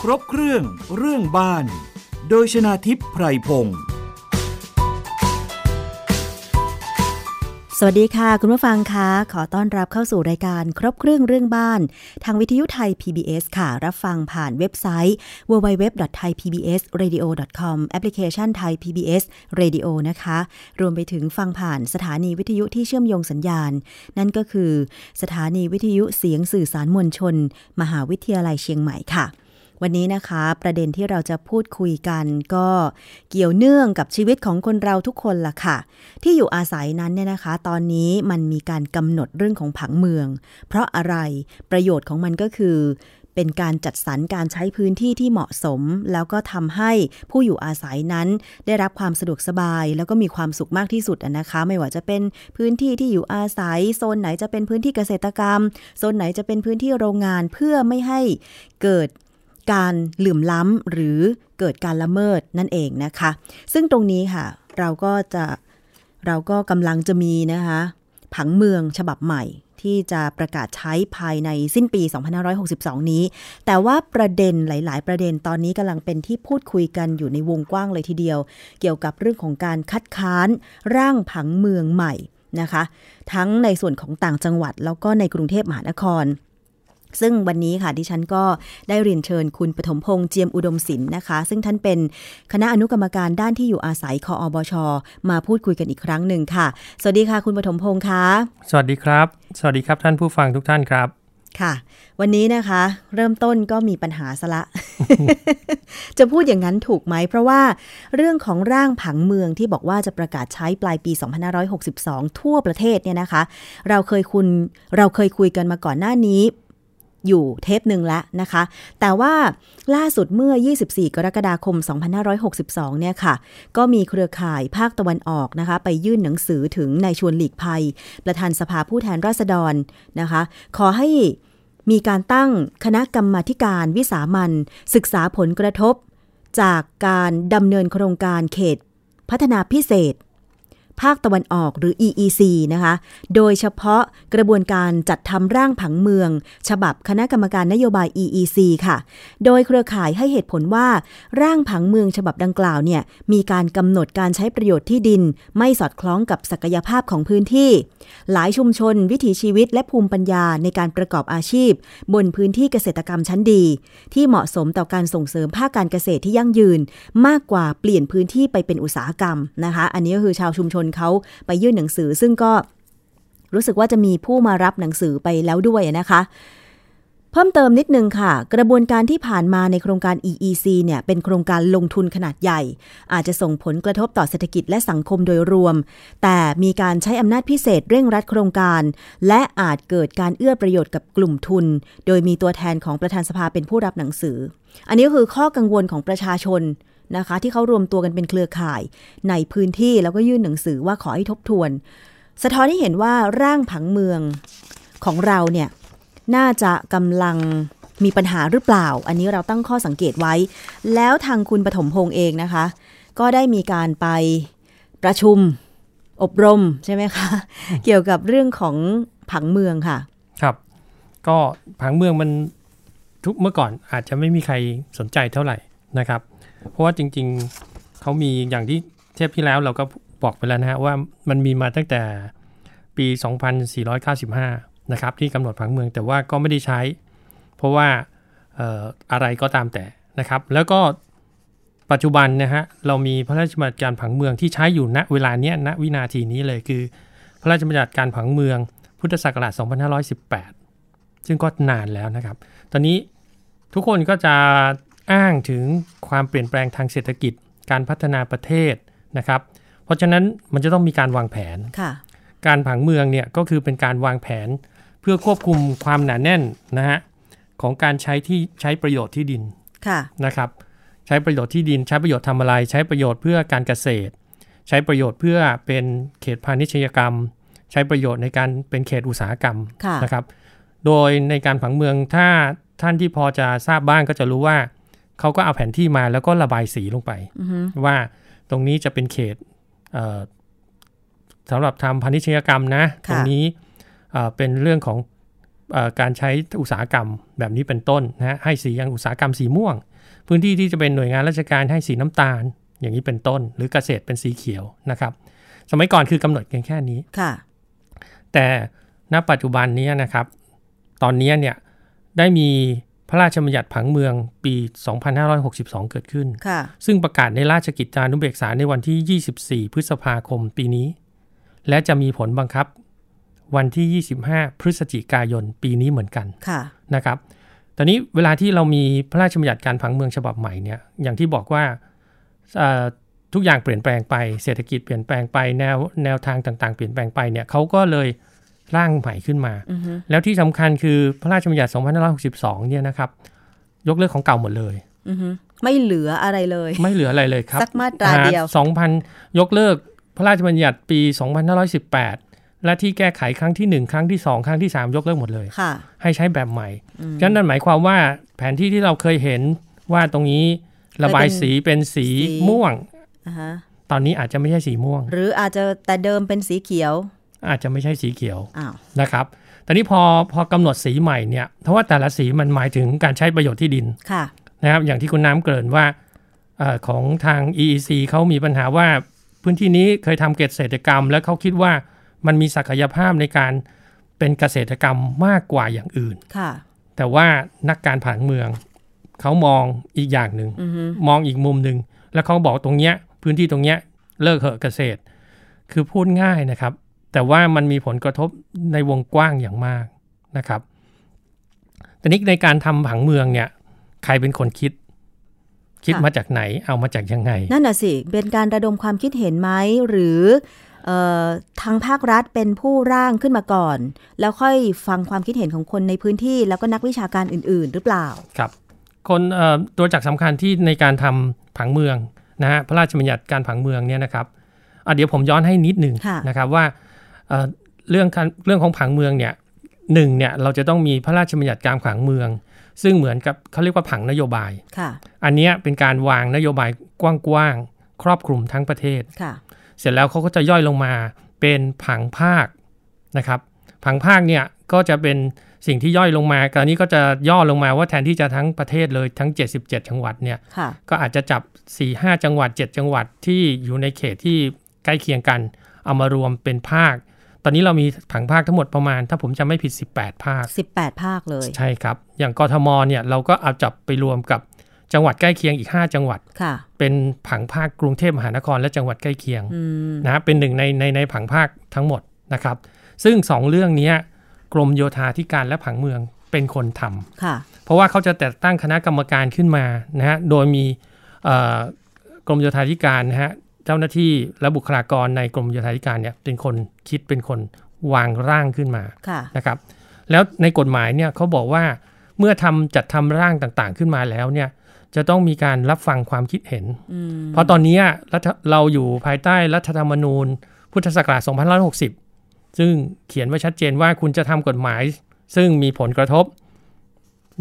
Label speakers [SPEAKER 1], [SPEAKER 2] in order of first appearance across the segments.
[SPEAKER 1] ครบเครื่อง เรื่องบ้าน โดยชนาทิพย์ไพรพงศ์
[SPEAKER 2] สวัสดีค่ะ คุณผู้ฟังคะขอต้อนรับเข้าสู่รายการครบเครื่องเรื่องบ้าน ทางวิทยุไทย PBS ค่ะ รับฟังผ่านเว็บไซต์ www.thaipbsradio.com แอปพลิเคชัน Thai PBS Radio นะคะ รวมไปถึงฟังผ่านสถานีวิทยุที่เชื่อมโยงสัญญาณ นั่นก็คือสถานีวิทยุเสียงสื่อสารมวลชน มหาวิทยาลัยเชียงใหม่ค่ะ วันนี้นะคะ ประเด็นที่เราจะพูดคุยกันก็เกี่ยวเนื่องกับชีวิตของคนเราทุกคนล่ะค่ะ ที่อยู่อาศัยนั้นเนี่ยนะคะ ตอนนี้มันมีการกำหนดเรื่องของผังเมือง เพราะอะไรประโยชน์ของมันก็คือ เป็นการจัดสรรการใช้พื้นที่ที่เหมาะสม แล้วก็ทำให้ผู้อยู่อาศัยนั้น ได้รับความสะดวกสบาย แล้วก็มีความสุขมากที่สุดอะนะคะ ไม่ว่าจะเป็นพื้นที่ที่อยู่อาศัย โซนไหนจะเป็นพื้นที่เกษตรกรรม โซนไหนจะเป็นพื้นที่โรงงานเพื่อไม่ให้เกิด การเหลื่อมล้ำหรือเกิดการละเมิดนั่นเองนะคะ ซึ่งตรงนี้ค่ะ เราก็จะเราก็กำลังจะมีนะคะ ผังเมืองฉบับใหม่ ที่จะประกาศใช้ภายในสิ้นปี 2562 นี้ แต่ว่าประเด็นหลาย ๆ ประเด็นตอนนี้กำลังเป็นที่พูดคุยกันอยู่ในวงกว้างเลยทีเดียว เกี่ยวกับเรื่องของการคัดค้านร่างผังเมืองใหม่นะคะ ทั้งในส่วนของต่างจังหวัด แล้วก็ในกรุงเทพมหานคร ซึ่งวันนี้ค่ะดิฉันก็ได้เรียนเชิญคุณปฐมพงษ์เจียมอุดมศิลป์นะคะ ซึ่งท่านเป็นคณะอนุกรรมการด้านที่อยู่อาศัยคออบช มาพูดคุยกันอีกครั้งหนึ่งค่ะ สวัสดีค่ะคุณปฐมพงษ์ค่ะ
[SPEAKER 3] สวัสดีครับ สวัสดีครับท่านผู้ฟังทุกท่านครับ
[SPEAKER 2] ค่ะ วันนี้นะคะ เริ่มต้นก็มีปัญหาซะละ จะพูดอย่างนั้นถูกไหม เพราะว่าเรื่องของร่างผังเมืองที่บอกว่าจะประกาศใช้ปลายปี 2562 ทั่วประเทศเนี่ยนะคะ เราเคยคุณเราเคยคุยกันมาก่อนหน้านี้ อยู่เทปหนึ่งแล้วนะคะ แต่ว่าล่าสุดเมื่อ 24 กรกฎาคม 2562 เนี่ยค่ะ ก็มีเครือข่ายภาคตะวันออกนะคะ ไปยื่นหนังสือถึงนายชวนหลีกภัย ประธานสภาผู้แทนราษฎรนะคะ ขอให้มีการตั้งคณะกรรมาธิการวิสามันศึกษาผลกระทบ จากการดำเนินโครงการเขตพัฒนาพิเศษ ภาคตะวันออกหรือ EEC นะคะ โดยเฉพาะกระบวนการจัดทำร่างผังเมือง ฉบับคณะกรรมการนโยบาย EEC ค่ะ โดยเครือข่ายให้เหตุผลว่า ร่างผังเมืองฉบับดังกล่าวเนี่ยมีการกำหนดการใช้ประโยชน์ที่ดิน ไม่สอดคล้องกับศักยภาพของพื้นที่ หลายชุมชน วิถีชีวิตและภูมิปัญญาในการประกอบอาชีพ บนพื้นที่เกษตรกรรมชั้นดี ที่เหมาะสมต่อการส่งเสริมภาคการเกษตรที่ยั่งยืน มากกว่าเปลี่ยนพื้นที่ไปเป็นอุตสาหกรรมนะคะ อันนี้ก็คือชาวชุมชนเขาไปยื่นหนังสือ ซึ่งก็รู้สึกว่าจะมีผู้มารับหนังสือไปแล้วด้วยนะคะ เพิ่มเติมนิดนึงค่ะ กระบวนการที่ผ่านมาในโครงการ EEC เนี่ยเป็นโครงการลงทุนขนาดใหญ่ อาจจะส่งผลกระทบต่อเศรษฐกิจและสังคมโดยรวม แต่มีการใช้อำนาจพิเศษเร่งรัดโครงการ และอาจเกิดการเอื้อประโยชน์กับกลุ่มทุน โดยมีตัวแทนของประธานสภาเป็นผู้รับหนังสือ อันนี้ก็คือข้อกังวลของประชาชนนะคะ ที่เขารวมตัวกันเป็นเครือข่าย ในพื้นที่แล้วก็ยื่นหนังสือว่าขอให้ทบทวน สะท้อนให้เห็นว่าร่างผังเมืองของเราเนี่ย น่าจะกำลังมีปัญหาหรือเปล่า อันนี้เราตั้งข้อสังเกตไว้ แล้วทางคุณปฐมพงษ์เองนะคะ ก็ได้มีการไปประชุมอบรมใช่ไหมคะ เกี่ยวกับเรื่องของผังเมืองค่ะ
[SPEAKER 3] ครับ ก็ผังเมืองมันทุกเมื่อก่อนอาจจะไม่มีใครสนใจเท่าไหร่นะครับ เพราะว่าจริงๆเขามีอย่างที่เทปที่แล้วเราก็บอกไปแล้วนะฮะว่ามันมีมาตั้งแต่ปี 2495 นะครับที่กำหนดผังเมืองแต่ว่าก็ไม่ได้ใช้ เพราะว่าเอ่ออะไรก็ตามแต่นะครับ แล้วก็ปัจจุบันนะฮะเรามีพระราชบัญญัติการผังเมืองที่ใช้อยู่ณเวลาเนี้ยณวินาทีนี้เลยคือ พระราชบัญญัติการผังเมืองพุทธศักราช 2518 ซึ่งก็นานแล้วนะครับ ตอนนี้ทุกคนก็จะอ้างถึงความเปลี่ยนแปลงทางเศรษฐกิจ การพัฒนาประเทศนะครับ เพราะฉะนั้นมันจะต้องมีการวางแผน
[SPEAKER 2] ค่ะ
[SPEAKER 3] การผังเมืองเนี่ยก็คือเป็นการวางแผนเพื่อควบคุมความหนาแน่นนะฮะของการใช้ที่ใช้ประโยชน์ที่ดิน
[SPEAKER 2] ค่ะ
[SPEAKER 3] นะครับใช้ประโยชน์ที่ดินใช้ประโยชน์ทำอะไร ใช้ประโยชน์เพื่อการเกษตร ใช้ประโยชน์เพื่อเป็นเขตพาณิชยกรรม ใช้ประโยชน์ในการเป็นเขตอุตสาหกรรม
[SPEAKER 2] ค่ะ
[SPEAKER 3] นะครับโดยในการผังเมืองถ้าท่านที่พอจะทราบบ้างก็จะรู้ว่าเขาก็เอาแผนที่มาแล้วก็ระบายสีลงไป
[SPEAKER 2] อือฮึ
[SPEAKER 3] ว่าตรงนี้จะเป็นเขตเอ่อสำหรับทำพาณิชยกรรมนะ
[SPEAKER 2] ค่ะ
[SPEAKER 3] ตรงนี้เอ่อเป็นเรื่องของเออการใช้อุตสาหกรรมแบบนี้เป็นต้นนะฮะให้สีอย่างอุตสาหกรรมสีม่วง พื้นที่ที่จะเป็นหน่วยงานราชการให้สีน้ำตาล อย่างนี้เป็นต้น หรือเกษตรเป็นสีเขียวนะครับ สมัยก่อนคือกำหนดเพียงแค่นี้
[SPEAKER 2] ค่ะ
[SPEAKER 3] แต่ณปัจจุบันนี้นะครับ ตอนนี้เนี่ยได้มีพระราชบัญญัติผังเมืองปี 2562 เกิดขึ้น
[SPEAKER 2] ค่ะ
[SPEAKER 3] ซึ่งประกาศในราชกิจจานุเบกษาในวันที่ 24 พฤษภาคมปีนี้ และจะมีผลบังคับวันที่ 25 พฤศจิกายนปีนี้เหมือนกัน
[SPEAKER 2] ค่ะ
[SPEAKER 3] นะครับ ตอนนี้เวลาที่เรามีพระราชบัญญัติการผังเมืองฉบับใหม่เนี่ย อย่างที่บอกว่าเอ่อทุกอย่างเปลี่ยนแปลงไป เศรษฐกิจเปลี่ยนแปลงไป แนวแนวทางต่างๆ เปลี่ยนแปลงไปเนี่ยเขาก็เลยร่างใหม่ขึ้นมา
[SPEAKER 2] อือฮึ
[SPEAKER 3] แล้วที่สำคัญคือพระราชบัญญัติ 2562 เนี่ยนะครับ ยกเลิกของเก่าหมดเลย
[SPEAKER 2] อือฮึไม่เหลืออะไรเลย
[SPEAKER 3] ไม่เหลืออะไรเลยครับ
[SPEAKER 2] สักมาตราเดียว
[SPEAKER 3] อ่า2,000 ยกเลิกพระราชบัญญัติปี 2518 และที่แก้ไขครั้งทีหนึ่1 ครั้งที่ 2 ครั้งที่ 3 ยกเลิกหมดเลย
[SPEAKER 2] ค่ะ
[SPEAKER 3] ให้ใช้แบบใหม่ฉะนั้นนั่นหมายความว่าแผนที่ที่เราเคยเห็นว่าตรงนี้ระบายสีเป็นสี
[SPEAKER 2] สี
[SPEAKER 3] ม่วง
[SPEAKER 2] อ่าฮะ
[SPEAKER 3] ตอนนี้อาจจะไม่ใช่สีม่วง
[SPEAKER 2] หรืออาจจะแต่เดิมเป็นสีเขียว
[SPEAKER 3] อาจจะไม่ใช่สีเขียว
[SPEAKER 2] อ้าว
[SPEAKER 3] นะครับ ตอนนี้พอพอกำหนดสีใหม่เนี่ยเพราะว่าแต่ละสีมันหมายถึงการใช้ประโยชน์ที่ดิน
[SPEAKER 2] ค่ะ
[SPEAKER 3] นะครับ อย่างที่คุณน้ำเกริ่นว่าเออของทาง EEC เขามีปัญหาว่าพื้นที่นี้เคยทำเกษตรกรรม และเขาคิดว่ามันมีศักยภาพในการเป็นเกษตรกรรมมากกว่าอย่างอื่น
[SPEAKER 2] ค่ะ
[SPEAKER 3] แต่ว่านักการผังเมืองเขามองอีกอย่างหนึ่ง
[SPEAKER 2] อือฮึ
[SPEAKER 3] มองอีกมุมหนึ่งแล้วเขาบอกตรงเนี้ยพื้นที่ตรงเนี้ยเลิกเหอะเกษตร คือพูดง่ายนะครับ แต่ว่ามันมีผลกระทบในวงกว้างอย่างมากนะครับแต่นี้ในการทำผังเมืองเนี่ย ใครเป็นคนคิด คิด
[SPEAKER 2] ค่ะ
[SPEAKER 3] มาจากไหน เอามาจากยังไง
[SPEAKER 2] นั่นน่ะสิ เป็นการระดมความคิดเห็นไหม หรือเอ่อทางภาครัฐเป็นผู้ร่างขึ้นมาก่อน แล้วค่อยฟังความคิดเห็นของคนในพื้นที่ แล้วก็นักวิชาการอื่น ๆ หรือเปล่า
[SPEAKER 3] ครับคนเอ่อตัวจักรสำคัญที่ในการทำผังเมืองนะฮะพระราชบัญญัติการผังเมืองเนี่ยนะครับอ่ะเดี๋ยวผมย้อนให้นิดหนึ่ง
[SPEAKER 2] ค่ะ
[SPEAKER 3] นะครับว่าเอ่อเรื่องการเรื่องของผังเมืองเนี่ยหนึ่งเนี่ยเราจะต้องมีพระราชบัญญัติการผังเมือง ซึ่งเหมือนกับเขาเรียกว่าผังนโยบาย
[SPEAKER 2] ค่ะ
[SPEAKER 3] อันเนี้ยเป็นการวางนโยบายกว้างๆครอบคลุมทั้งประเทศ
[SPEAKER 2] ค่ะ
[SPEAKER 3] เสร็จแล้วเขาก็จะย่อยลงมาเป็นผังภาคนะครับ ผังภาคเนี่ยก็จะเป็นสิ่งที่ย่อยลงมาคราวนี้ก็จะย่อลงมาว่าแทนที่จะทั้งประเทศเลยทั้ง 77 จังหวัดเนี่ย
[SPEAKER 2] ค่ะ
[SPEAKER 3] ก็อาจจะจับ 4 5 จังหวัด 7 จังหวัดที่อยู่ในเขตที่ใกล้เคียงกัน เอามารวมเป็นภาค ตอนนี้เรามีผังภาคทั้งหมดประมาณ ถ้าผมจำไม่ผิด 18 ภาค
[SPEAKER 2] 18 ภาคเลย
[SPEAKER 3] ใช่ครับ อย่างกทมเนี่ยเราก็เอาจับไปรวมกับจังหวัดใกล้เคียงอีก 5 จังหวัด
[SPEAKER 2] ค่ะ
[SPEAKER 3] เป็นผังภาคกรุงเทพมหานครและจังหวัดใกล้เคียง
[SPEAKER 2] อืม
[SPEAKER 3] นะฮะเป็นหนึ่งในในในผังภาคทั้งหมดนะครับ ซึ่งสองเรื่องเนี้ยกรมโยธาธิการและผังเมืองเป็นคนทำ
[SPEAKER 2] ค่ะ
[SPEAKER 3] เพราะว่าเขาจะแต่งตั้งคณะกรรมการขึ้นมานะฮะโดยมีเอ่อกรมโยธาธิการนะฮะเจ้าหน้าที่และบุคลากรในกรมโยธาธิการเนี่ยเป็นคนคิดเป็นคนวางร่างขึ้นมา
[SPEAKER 2] ค่ะ
[SPEAKER 3] นะครับ แล้วในกฎหมายเนี่ยเขาบอกว่าเมื่อทำจัดทำร่างต่างๆขึ้นมาแล้วเนี่ยจะต้องมีการรับฟังความคิดเห็น
[SPEAKER 2] อืม
[SPEAKER 3] เพราะตอนเนี้ยรัฐเราอยู่ภายใต้รัฐธรรมนูญ พุทธศักราช2560 ซึ่งเขียนไว้ชัดเจนว่าคุณจะทำกฎหมาย ซึ่งมีผลกระทบ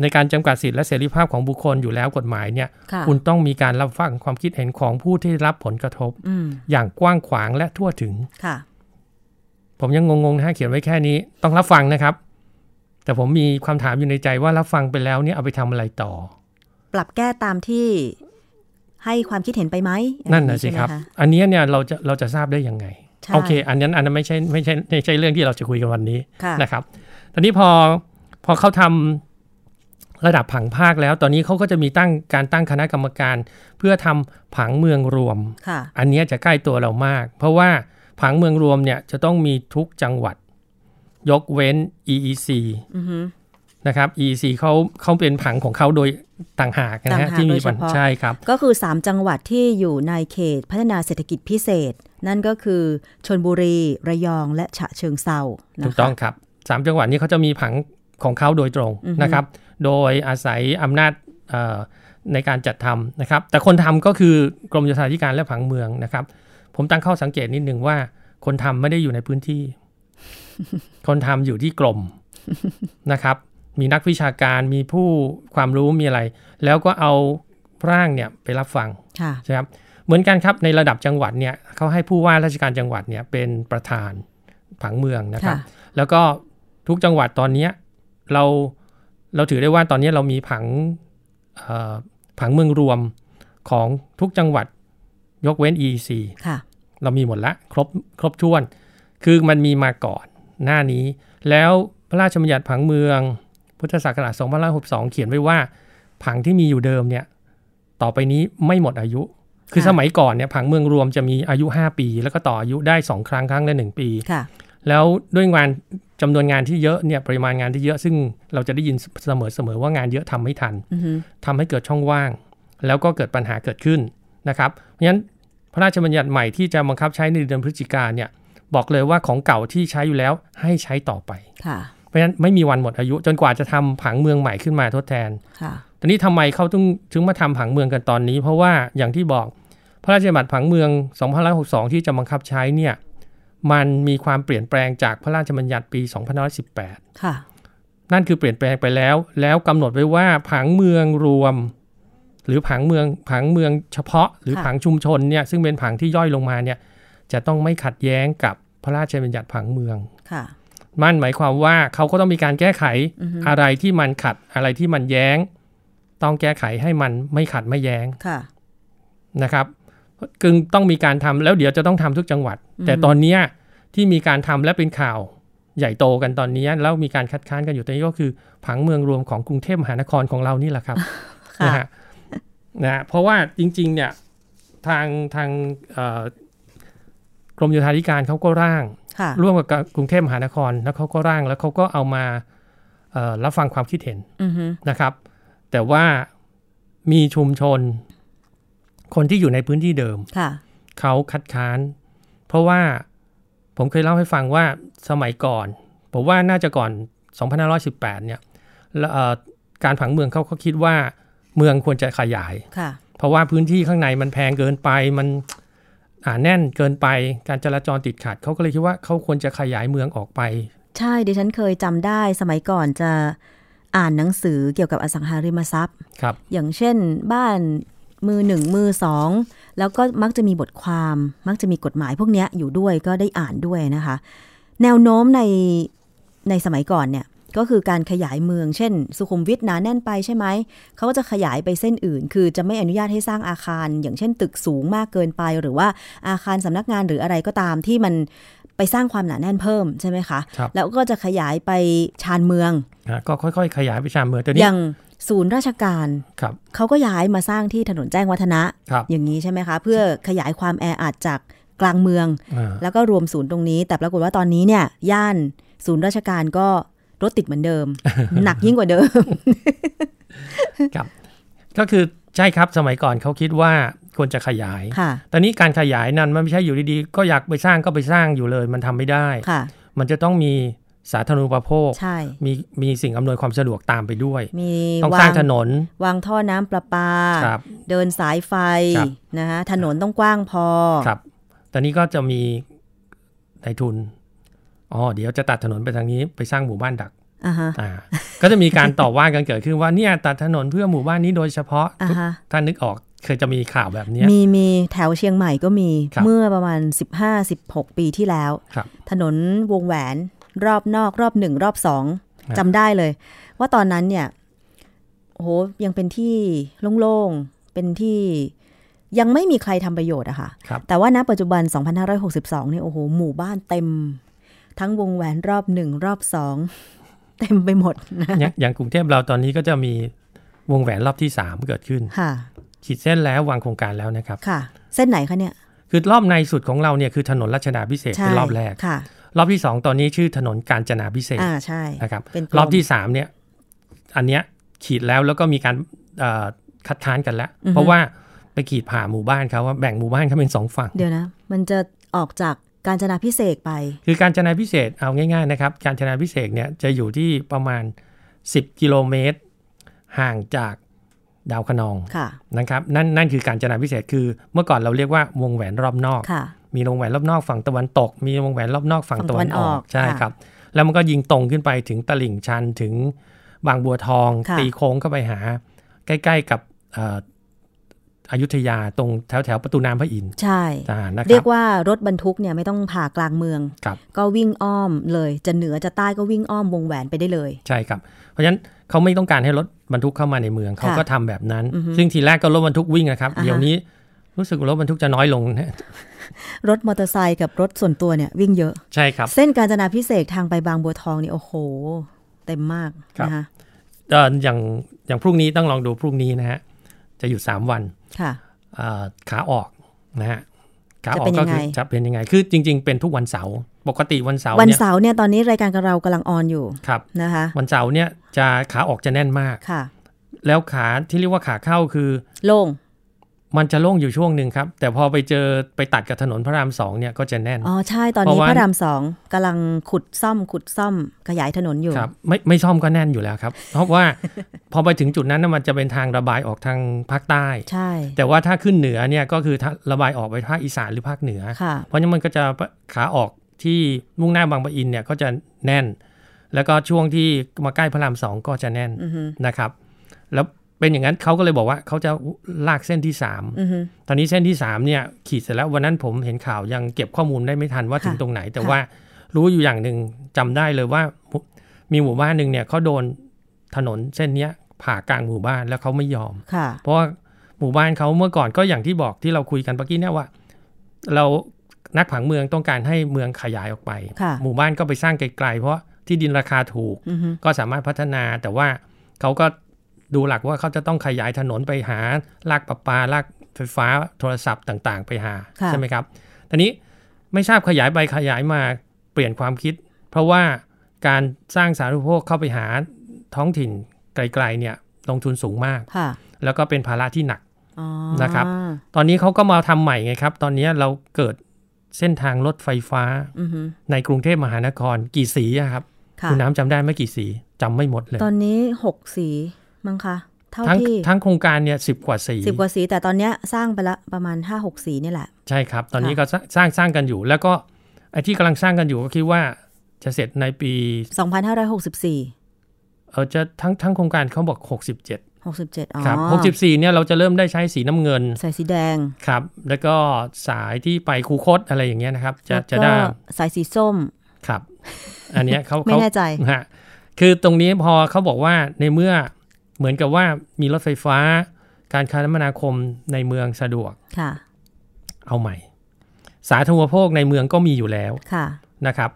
[SPEAKER 3] ในการจำกัดสิทธิและเสรีภาพของบุคคลอยู่แล้วกฎหมายเนี่ย
[SPEAKER 2] ค่ะ
[SPEAKER 3] คุณต้องมีการรับฟังความคิดเห็นของผู้ที่รับผลกระทบ
[SPEAKER 2] อืม
[SPEAKER 3] อย่างกว้างขวางและทั่วถึง
[SPEAKER 2] ค่ะ
[SPEAKER 3] ผมยังงงๆนะฮะเขียนไว้แค่นี้ต้องรับฟังนะครับ แต่ผมมีคำถามอยู่ในใจว่ารับฟังไปแล้วเนี่ยเอาไปทำอะไรต่อ
[SPEAKER 2] ปรับแก้ตามที่ให้ความคิดเห็นไปไหม
[SPEAKER 3] นั่นน่ะสิครับ
[SPEAKER 2] อย่างนี้ใช่ไหมะ
[SPEAKER 3] อันเนี้ยเนี่ยเราจะเราจะทราบได้ยังไง
[SPEAKER 2] ใช่
[SPEAKER 3] โอเค อันนั้นอันนั้นไม่ใช่ไม่ใช่ไม่ใช่เรื่องที่เราจะคุยกันวันนี้
[SPEAKER 2] ค่ะ
[SPEAKER 3] นะครับ ตอนนี้พอพอเขาทำระดับผังภาคแล้ว ตอนนี้เขาก็จะมีตั้งการตั้งคณะกรรมการ เพื่อทำผังเมืองรวม
[SPEAKER 2] ค่ะ
[SPEAKER 3] อันเนี้ยจะใกล้ตัวเรามาก เพราะว่าผังเมืองรวมเนี่ยจะต้องมีทุกจังหวัด ยกเว้น EEC
[SPEAKER 2] อือฮึ
[SPEAKER 3] นะครับ EEC เขาเขาเป็นผังของเขาโดยต่างหากนะ
[SPEAKER 2] ต่างหา
[SPEAKER 3] ฮะ
[SPEAKER 2] ก
[SPEAKER 3] ที่
[SPEAKER 2] โด
[SPEAKER 3] มี
[SPEAKER 2] ยเฉ
[SPEAKER 3] ปัญ
[SPEAKER 2] พาะ
[SPEAKER 3] ใช่ครับ
[SPEAKER 2] ก็คือ 3 จังหวัดที่อยู่ในเขตพัฒนาเศรษฐกิจพิเศษ นั่นก็คือชนบุรี ระยองและฉะเชิงเซานะคะ
[SPEAKER 3] ถูกต้องครับสามจังหวัดนี้เขาจะมีผังของเขาโดยตรง
[SPEAKER 2] อือฮึ
[SPEAKER 3] นะครับ โดยอาศัยอำนาจเอ่อในการจัดทำนะครับ แต่คนทำก็คือกรมโยธาธิการและผังเมืองนะครับ ผมตั้งข้อสังเกตนิดนึงว่า คนทำไม่ได้อยู่ในพื้นที่ คนทำอยู่ที่กรม นะครับ มีนักวิชาการมีผู้ความรู้มีอะไร แล้วก็เอาร่างเนี่ยไปรับฟัง
[SPEAKER 2] ค่ะ
[SPEAKER 3] ใช่ครับเหมือนกันครับในระดับจังหวัดเนี่ยเขาให้ผู้ว่าราชการจังหวัดเนี่ยเป็นประธานผังเมืองนะครับ
[SPEAKER 2] ค่ะ
[SPEAKER 3] แล้วก็ทุกจังหวัดตอนเนี้ยเราเราถือได้ว่าตอนเนี้ยเรามีผังเอ่อ ผังเมืองรวมของทุกจังหวัดยกเว้น EEC
[SPEAKER 2] ค่ะ
[SPEAKER 3] เรามีหมดละครบครบถ้วน คือมันมีมาก่อนหน้านี้ แล้วพระราชบัญญัติผังเมือง พุทธศักราช2562 เขียนไว้ว่า ผังที่มีอยู่เดิมเนี่ย ต่อไปนี้ไม่หมดอายุ คือ
[SPEAKER 2] ค่ะ
[SPEAKER 3] สมัยก่อนเนี่ยผังเมืองรวมจะมีอายุ 5 ปี แล้วก็ต่ออายุได้ 2 ครั้งครั้งละ1ปี
[SPEAKER 2] ค่ะ
[SPEAKER 3] แล้วด้วยงานจำนวนงานที่เยอะเนี่ยปริมาณงานที่เยอะซึ่งเราจะได้ยินเสมอเสมอๆว่างานเยอะทำไม่ทัน
[SPEAKER 2] อือฮึ
[SPEAKER 3] ทำให้เกิดช่องว่าง แล้วก็เกิดปัญหาเกิดขึ้นนะครับเพราะฉะนั้นพระราชบัญญัติใหม่ที่จะบังคับใช้ในเดือนพฤศจิกาเนี่ยบอกเลยว่าของเก่าที่ใช้อยู่แล้วให้ใช้ต่อไป
[SPEAKER 2] ค่ะ
[SPEAKER 3] เพราะฉะนั้นไม่มีวันหมดอายุจนกว่าจะทำผังเมืองใหม่ขึ้นมาทดแทน
[SPEAKER 2] ค่ะ
[SPEAKER 3] ตอนนี้ทำไมเขาต้องถึงมาทำผังเมืองกันตอนนี้ เพราะว่าอย่างที่บอกพระราชบัญญัติผังเมือง2562 ที่จะบังคับใช้เนี่ยมันมีความเปลี่ยนแปลงจากพระราชบัญญัติปี2518
[SPEAKER 2] ค่ะ
[SPEAKER 3] นั่นคือเปลี่ยนแปลงไปแล้ว แล้วกำหนดไว้ว่าผังเมืองรวม หรือผังเมืองผังเมืองเฉพาะ หรือ
[SPEAKER 2] ค่ะ
[SPEAKER 3] ผังชุมชนเนี่ยซึ่งเป็นผังที่ย่อยลงมาเนี่ยจะต้องไม่ขัดแย้งกับพระราชบัญญัติผังเมือง
[SPEAKER 2] ค่ะ
[SPEAKER 3] มันหมายความว่าเขาก็ต้องมีการแก้ไข
[SPEAKER 2] อือฮึ
[SPEAKER 3] อะไรที่มันขัดอะไรที่มันแย้ง ต้องแก้ไขให้มันไม่ขัดไม่แย้ง
[SPEAKER 2] ค่ะ
[SPEAKER 3] นะครับกึงต้องมีการทำแล้วเดี๋ยวจะต้องทำทุกจังหวัด แต่ตอนเนี้ยที่มีการทำและเป็นข่าวใหญ่โตกันตอนเนี้ยแล้วมีการคัดค้านกันอยู่ตอนนี้ก็คือ ผังเมืองรวมของกรุงเทพมหานครของเรานี่แหละครับ
[SPEAKER 2] ค่ะ
[SPEAKER 3] นะฮะนะฮะเพราะว่าจริงๆเนี่ยทางทางเอ่อกรมโยธาธิการเขาก็ร่าง
[SPEAKER 2] ค่ะ
[SPEAKER 3] ร่วมกับกรุงเทพมหานครแล้วเขาก็ร่างแล้วเขาก็เอามาเอ่อรับฟังความคิดเห็น
[SPEAKER 2] อือฮึ
[SPEAKER 3] นะครับแต่ว่ามีชุมชน คนที่อยู่ในพื้นที่เดิม
[SPEAKER 2] ค่ะ
[SPEAKER 3] เขาคัดค้าน เพราะว่าผมเคยเล่าให้ฟังว่าสมัยก่อน ผมว่าน่าจะก่อน 2518 เนี่ยแล้วเอ่อการผังเมืองเขาก็คิดว่าเมืองควรจะขยาย
[SPEAKER 2] ค่ะ
[SPEAKER 3] เพราะว่าพื้นที่ข้างในมันแพงเกินไปมันหนาแน่นเกินไปการจราจรติดขัดเขาก็เลยคิดว่าเขาควรจะขยายเมืองออกไป
[SPEAKER 2] ใช่ดิฉันเคยจำได้สมัยก่อนจะอ่านหนังสือเกี่ยวกับอสังหาริมทรัพย์
[SPEAKER 3] ครับ
[SPEAKER 2] อย่างเช่นบ้านมือหนึ่งมือสองแล้วก็มักจะมีบทความ มักจะมีกฎหมายพวกเนี้ยอยู่ด้วยก็ได้อ่านด้วยนะคะ แนวโน้มในในสมัยก่อนเนี่ยก็คือการขยายเมือง เช่น สุขุมวิทหนาแน่นไปใช่ไหมเขาก็จะขยายไปเส้นอื่น คือจะไม่อนุญาตให้สร้างอาคาร อย่างเช่น ตึกสูงมากเกินไป หรือว่าอาคารสำนักงานหรืออะไรก็ตามที่มันไปสร้างความหนาแน่นเพิ่มใช่ไหมคะ
[SPEAKER 3] ครับ
[SPEAKER 2] แล้วก็จะขยายไปชานเมือง
[SPEAKER 3] นะก็ค่อยๆ ขยายไปชามเมืองตัว
[SPEAKER 2] อ
[SPEAKER 3] นี้
[SPEAKER 2] ย่างศูนย์ราชการ
[SPEAKER 3] ครับ
[SPEAKER 2] เขาก็ย้ายมาสร้างที่ถนนแจ้งวัฒนะครับอย่างนี้ใช่ไหมคะ เพื่อขยายความแออัดจากกลางเมือง
[SPEAKER 3] อ่า
[SPEAKER 2] แล้วก็รวมศูนย์ตรงนี้ แต่ปรากฏว่าตอนนี้เนี่ย ย่านศูนย์ราชการก็รถติดเหมือนเดิม หนักยิ่งกว่าเดิ ม
[SPEAKER 3] ก็คือใช่ครับสมัยก่อนเขาคิดว่าควรจะขยาย
[SPEAKER 2] ค่ะ
[SPEAKER 3] ตอนนี้การขยายนั้นมันไม่ใช่อยู่ดีๆ ก็อยากไปสร้างก็ไปสร้างอยู่เลย มันทำไม่ได้
[SPEAKER 2] ค่ะ
[SPEAKER 3] มันจะต้องมีสาธารณูปโภค
[SPEAKER 2] ใช่
[SPEAKER 3] มีมีสิ่งอำนวยความสะดวกตามไปด้วย
[SPEAKER 2] มี
[SPEAKER 3] ต้อง
[SPEAKER 2] วา
[SPEAKER 3] สร้าง งถนน
[SPEAKER 2] วางท่อน้ำประปา
[SPEAKER 3] ครับ
[SPEAKER 2] เดินสายไฟ
[SPEAKER 3] ครับ
[SPEAKER 2] นะคะถนนต้องกว้างพอ
[SPEAKER 3] ครับ ตอนนี้ก็จะมีนายทุนอ๋อเดี๋ยวจะตัดถนนไปทางนี้ไปสร้างหมู่บ้านดัก
[SPEAKER 2] อ่าฮะ
[SPEAKER 3] อ่า ก็จะมีการต่อว่ากันเกิดขึ้นว่าเนี่ยตัดถนนเพื่อหมู่บ้านนี้โดยเฉพาะ
[SPEAKER 2] อ่าฮะ
[SPEAKER 3] ถ้านึกออกเคยจะมีข่าวแบบเนี้ย
[SPEAKER 2] มีมีแถวเชียงใหม่ก็มี
[SPEAKER 3] ครับ
[SPEAKER 2] เมื่อประมาณ 15-16 ปีที่แล้ว
[SPEAKER 3] ครับ
[SPEAKER 2] ถนนวงแหวนรอบนอกรอบหนึ่งรอบสอง
[SPEAKER 3] ครับ
[SPEAKER 2] จำได้เลย ว่าตอนนั้นเนี่ยโอ้โหยังเป็นที่โล่งๆ เป็นที่ยังไม่มีใครทำประโยชน์อะค่ะ
[SPEAKER 3] ครับ
[SPEAKER 2] แต่ว่าณปัจจุบัน 2562 เนี่ยโอ้โหหมู่บ้านเต็ม ทั้งวงแหวนรอบหนึ่งรอบสอง เต็มไปหมดนะ
[SPEAKER 3] อย่างอย่าง กรุงเทพเราตอนนี้ก็จะมีวงแหวนรอบที่ 3 เกิดขึ้น
[SPEAKER 2] ค่ะ
[SPEAKER 3] ขีดเส้นแล้ววางโครงการแล้วนะครับ
[SPEAKER 2] ค่ะ เส้นไหนคะเนี่ย
[SPEAKER 3] คือรอบในสุดของเราเนี่ยคือถนนรัชดาพิเศษกเป็นรอบแรก
[SPEAKER 2] ค่ะ
[SPEAKER 3] รอบที่ 2 ตอนนี้ชื่อถนนกาญจนาพิเศษ
[SPEAKER 2] อ่าใช่
[SPEAKER 3] กนะครับ
[SPEAKER 2] เป็นกลม
[SPEAKER 3] รอบที่ 3 เนี่ย อันเนี้ยขีดแล้วแล้วก็มีการเอ่อคัดค้านกันแล้ว เพราะว่าไปขีดผ่าหมู่บ้านเขาว่าแบ่งหมู่บ้านเขาเป็นสองฝั่ง
[SPEAKER 2] เดี๋ยวนะ มันจะออกจากการจนาพิเศษกไป
[SPEAKER 3] คือการจนาพิเศษเอาง่ายๆนะครับ การจนาพิเศษกเนี่ยจะอยู่ที่ประมาณ 10 กิโลเมตร ห่างจากดาวคะนอง
[SPEAKER 2] ค่ะ
[SPEAKER 3] นะครับนั่นนั่นคือการจนาพิเศษกคือ เมื่อก่อนเราเรียกว่าวงแหวนรอบนอก
[SPEAKER 2] ค่ะ
[SPEAKER 3] มีวงแหวนรอบนอกฝั่งตะวันตก มีวงแหวนรอบนอกฝั่งตะวันออก
[SPEAKER 2] ฝั่งตะวันออก
[SPEAKER 3] ใช่
[SPEAKER 2] ค่ะ
[SPEAKER 3] ครับ แล้วมันก็ยิงตรงขึ้นไปถึงตลิ่งชันถึงบางบัวทอง
[SPEAKER 2] ค่ะ
[SPEAKER 3] ตีโค้งเข้าไปหา ใกล้ ๆกับเอ่อ อยุธยาตรงแถวแถวๆประตูน้ำพระอินทร์
[SPEAKER 2] ใช่
[SPEAKER 3] อ่านะค
[SPEAKER 2] เรี
[SPEAKER 3] รั
[SPEAKER 2] ย
[SPEAKER 3] บ
[SPEAKER 2] กว่ารถบรรทุกเนี่ยไม่ต้องผ่ากลางเมือง
[SPEAKER 3] ครับ
[SPEAKER 2] ก็วิ่งอ้อมเลย จะเหนือจะใต้ก็วิ่งอ้อมวงแหวนไปได้เลย
[SPEAKER 3] ใช่ครับ เพราะฉะนั้นเขาไม่ต้องการให้รถบรรทุกเข้ามาในเมืองเขาก็ทำแบบนั้น ซึ่งทีแรกก็รถบรรทุกวิ่งนะครับ
[SPEAKER 2] อ่าฮะ
[SPEAKER 3] เดี๋ยวนี้รู้สึกรถบรรทุกจะน้อยลงนะ
[SPEAKER 2] รถมอเตอร์ไซค์กับรถส่วนตัวเนี่ยวิ่งเยอะ
[SPEAKER 3] ใช่ครับ
[SPEAKER 2] เส้นกาญจนาพิเศษกทางไปบางบัวทองนี่โอ้โห เต็มมาก
[SPEAKER 3] ครับ
[SPEAKER 2] นะคะ
[SPEAKER 3] เอ่ออย่างอย่างพรุ่งนี้ต้องลองดูพรุ่งนี้นะฮะจะหยุดสามวัน
[SPEAKER 2] ค่ะ
[SPEAKER 3] เอ่อขาออกนะฮะขาอ
[SPEAKER 2] จะ
[SPEAKER 3] อ
[SPEAKER 2] เป็
[SPEAKER 3] ก
[SPEAKER 2] น
[SPEAKER 3] ก็
[SPEAKER 2] ยังไง
[SPEAKER 3] คือจะเป็นยังไงคือจริง ๆ เป็นทุกวันเสาร์ปกติวันเสาร์
[SPEAKER 2] วัน
[SPEAKER 3] เนี่ย
[SPEAKER 2] เสาร์เนี่ยตอนนี้รายการกับเรากำลังออนอยู่
[SPEAKER 3] ครับ
[SPEAKER 2] นะคะ
[SPEAKER 3] วันเสาร์เนี่ยจะขาออกจะแน่นมาก
[SPEAKER 2] ค่ะ
[SPEAKER 3] แล้วขาที่เรียกว่าขาเข้าคือ
[SPEAKER 2] โล่ง
[SPEAKER 3] มันจะโล่งอยู่ช่วงหนึ่งครับ แต่พอไปเจอไปตัดกับถนนพระรามสองเนี่ยก็จะแน่น
[SPEAKER 2] อ๋อใช่ตอนนี้
[SPEAKER 3] เพราะว่า
[SPEAKER 2] พระรามสองกำลังขุดซ่อมขุดซ่อมขยายถนนอยู่
[SPEAKER 3] ครับไม่ไม่ซ่อมก็แน่นอยู่แล้วครับ เพราะ ว่า พอไปถึงจุดนั้นน่ะมันจะเป็นทางระบายออกทางภาคใต้
[SPEAKER 2] ใช่
[SPEAKER 3] แต่ว่าถ้าขึ้นเหนือเนี่ยก็คือทางระบายออกไปภาคอีสานหรือภาคเหนือ
[SPEAKER 2] ค่ะ
[SPEAKER 3] เพราะงั้นมันก็จะขาออกที่มุ่งหน้าบางปะอินเนี่ยก็จะแน่น แล้วก็ช่วงที่มาใกล้พระรามสองก็จะแน่น
[SPEAKER 2] อือฮึ
[SPEAKER 3] นะครับ แล้วเป็นอย่างนั้นเขาก็เลยบอกว่าเขาจะลากเส้นที่สาม
[SPEAKER 2] อือฮึ
[SPEAKER 3] ตอนนี้เส้นที่สามเนี่ยขีดเสร็จแล้ววันนั้นผมเห็นข่าวยังเก็บข้อมูลได้ไม่ทันว่า
[SPEAKER 2] ค่ะ
[SPEAKER 3] ถึงตรงไหน แต่
[SPEAKER 2] ค่ะ
[SPEAKER 3] ว่ารู้อยู่อย่างหนึ่งจำได้เลยว่ามีหมู่บ้านหนึ่งเนี่ยเขาโดนถนนเส้นเนี้ยผ่ากลางหมู่บ้านแล้วเขาไม่ยอม
[SPEAKER 2] ค่ะ
[SPEAKER 3] เพราะว่าหมู่บ้านเขาเมื่อก่อนก็อย่างที่บอกที่เราคุยกันเมื่อกี้เนี่ยว่า เรานักผังเมืองต้องการให้เมืองขยายออกไป
[SPEAKER 2] ค่ะ
[SPEAKER 3] หมู่บ้านก็ไปสร้างไกลๆเพราะที่ดินราคาถูก
[SPEAKER 2] อือฮึ
[SPEAKER 3] ก็สามารถพัฒนา แต่ว่าเขาก็ดูหลักว่าเขาจะต้องขยายถนนไปหาลากประปาลากไฟฟ้าโทรศัพท์ต่างๆ ไปหา
[SPEAKER 2] ค่ะ
[SPEAKER 3] ใช่ไหมครับทีนี้ไม่ทราบขยายไปขยายมาเปลี่ยนความคิด เพราะว่าการสร้างสาธารณูปโภคเข้าไปหาท้องถิ่นไกลๆเนี่ยลงทุนสูงมาก
[SPEAKER 2] ค่ะ
[SPEAKER 3] แล้วก็เป็นภาระที่หนัก
[SPEAKER 2] อ๋อ
[SPEAKER 3] นะครับ ตอนนี้เขาก็มาทำใหม่ไงครับ ตอนนี้เราเกิดเส้นทางรถไฟฟ้า
[SPEAKER 2] อือฮึ
[SPEAKER 3] ในกรุงเทพมหานครกี่สีอะครับ
[SPEAKER 2] ค่ะ
[SPEAKER 3] คุณน้ำจำได้ไหมกี่สีจำไม่หมดเลย
[SPEAKER 2] ตอนนี้หกสีมั้งคะ เท่า
[SPEAKER 3] ทั้ง
[SPEAKER 2] ที่
[SPEAKER 3] ทั้งโครงการเนี่ยสิบกว่าสี
[SPEAKER 2] สิบกว่าสีแต่ตอนเนี้ยสร้างไปละประมาณห้าหกสีเนี่ยแหละ
[SPEAKER 3] ใช่ครับ ตอนนี้ก็สร้างสร้างสร้างกันอยู่ แล้วก็ไอ้ที่กำลังสร้างกันอยู่ก็คิดว่าจะเสร็จในปี
[SPEAKER 2] 2564
[SPEAKER 3] เออจะทั้งทั้งโครงการเขาบอก 67
[SPEAKER 2] 67อ๋อ
[SPEAKER 3] ครับ64เนี่ยเราจะเริ่มได้ใช้สีน้ำเงิน
[SPEAKER 2] สายสีแดง
[SPEAKER 3] ครับแล้วก็สายที่ไปคูคตอะไรอย่างเงี้ยนะครับจะจะ
[SPEAKER 2] แล้วก็
[SPEAKER 3] ได้
[SPEAKER 2] สายสีส้ม
[SPEAKER 3] ครับ อันเนี้ยเขา
[SPEAKER 2] ไม่
[SPEAKER 3] เขา
[SPEAKER 2] แน่ใจ
[SPEAKER 3] ฮะคือตรงนี้พอเขาบอกว่าในเมื่อเหมือนกับว่ามีรถไฟฟ้า การคมนาคมในเมืองสะดวก
[SPEAKER 2] ค่ะ
[SPEAKER 3] เอาใหม่ สาธารณูปโภคในเมืองก็มีอยู่แล้ว
[SPEAKER 2] ค่ะ
[SPEAKER 3] นะครับ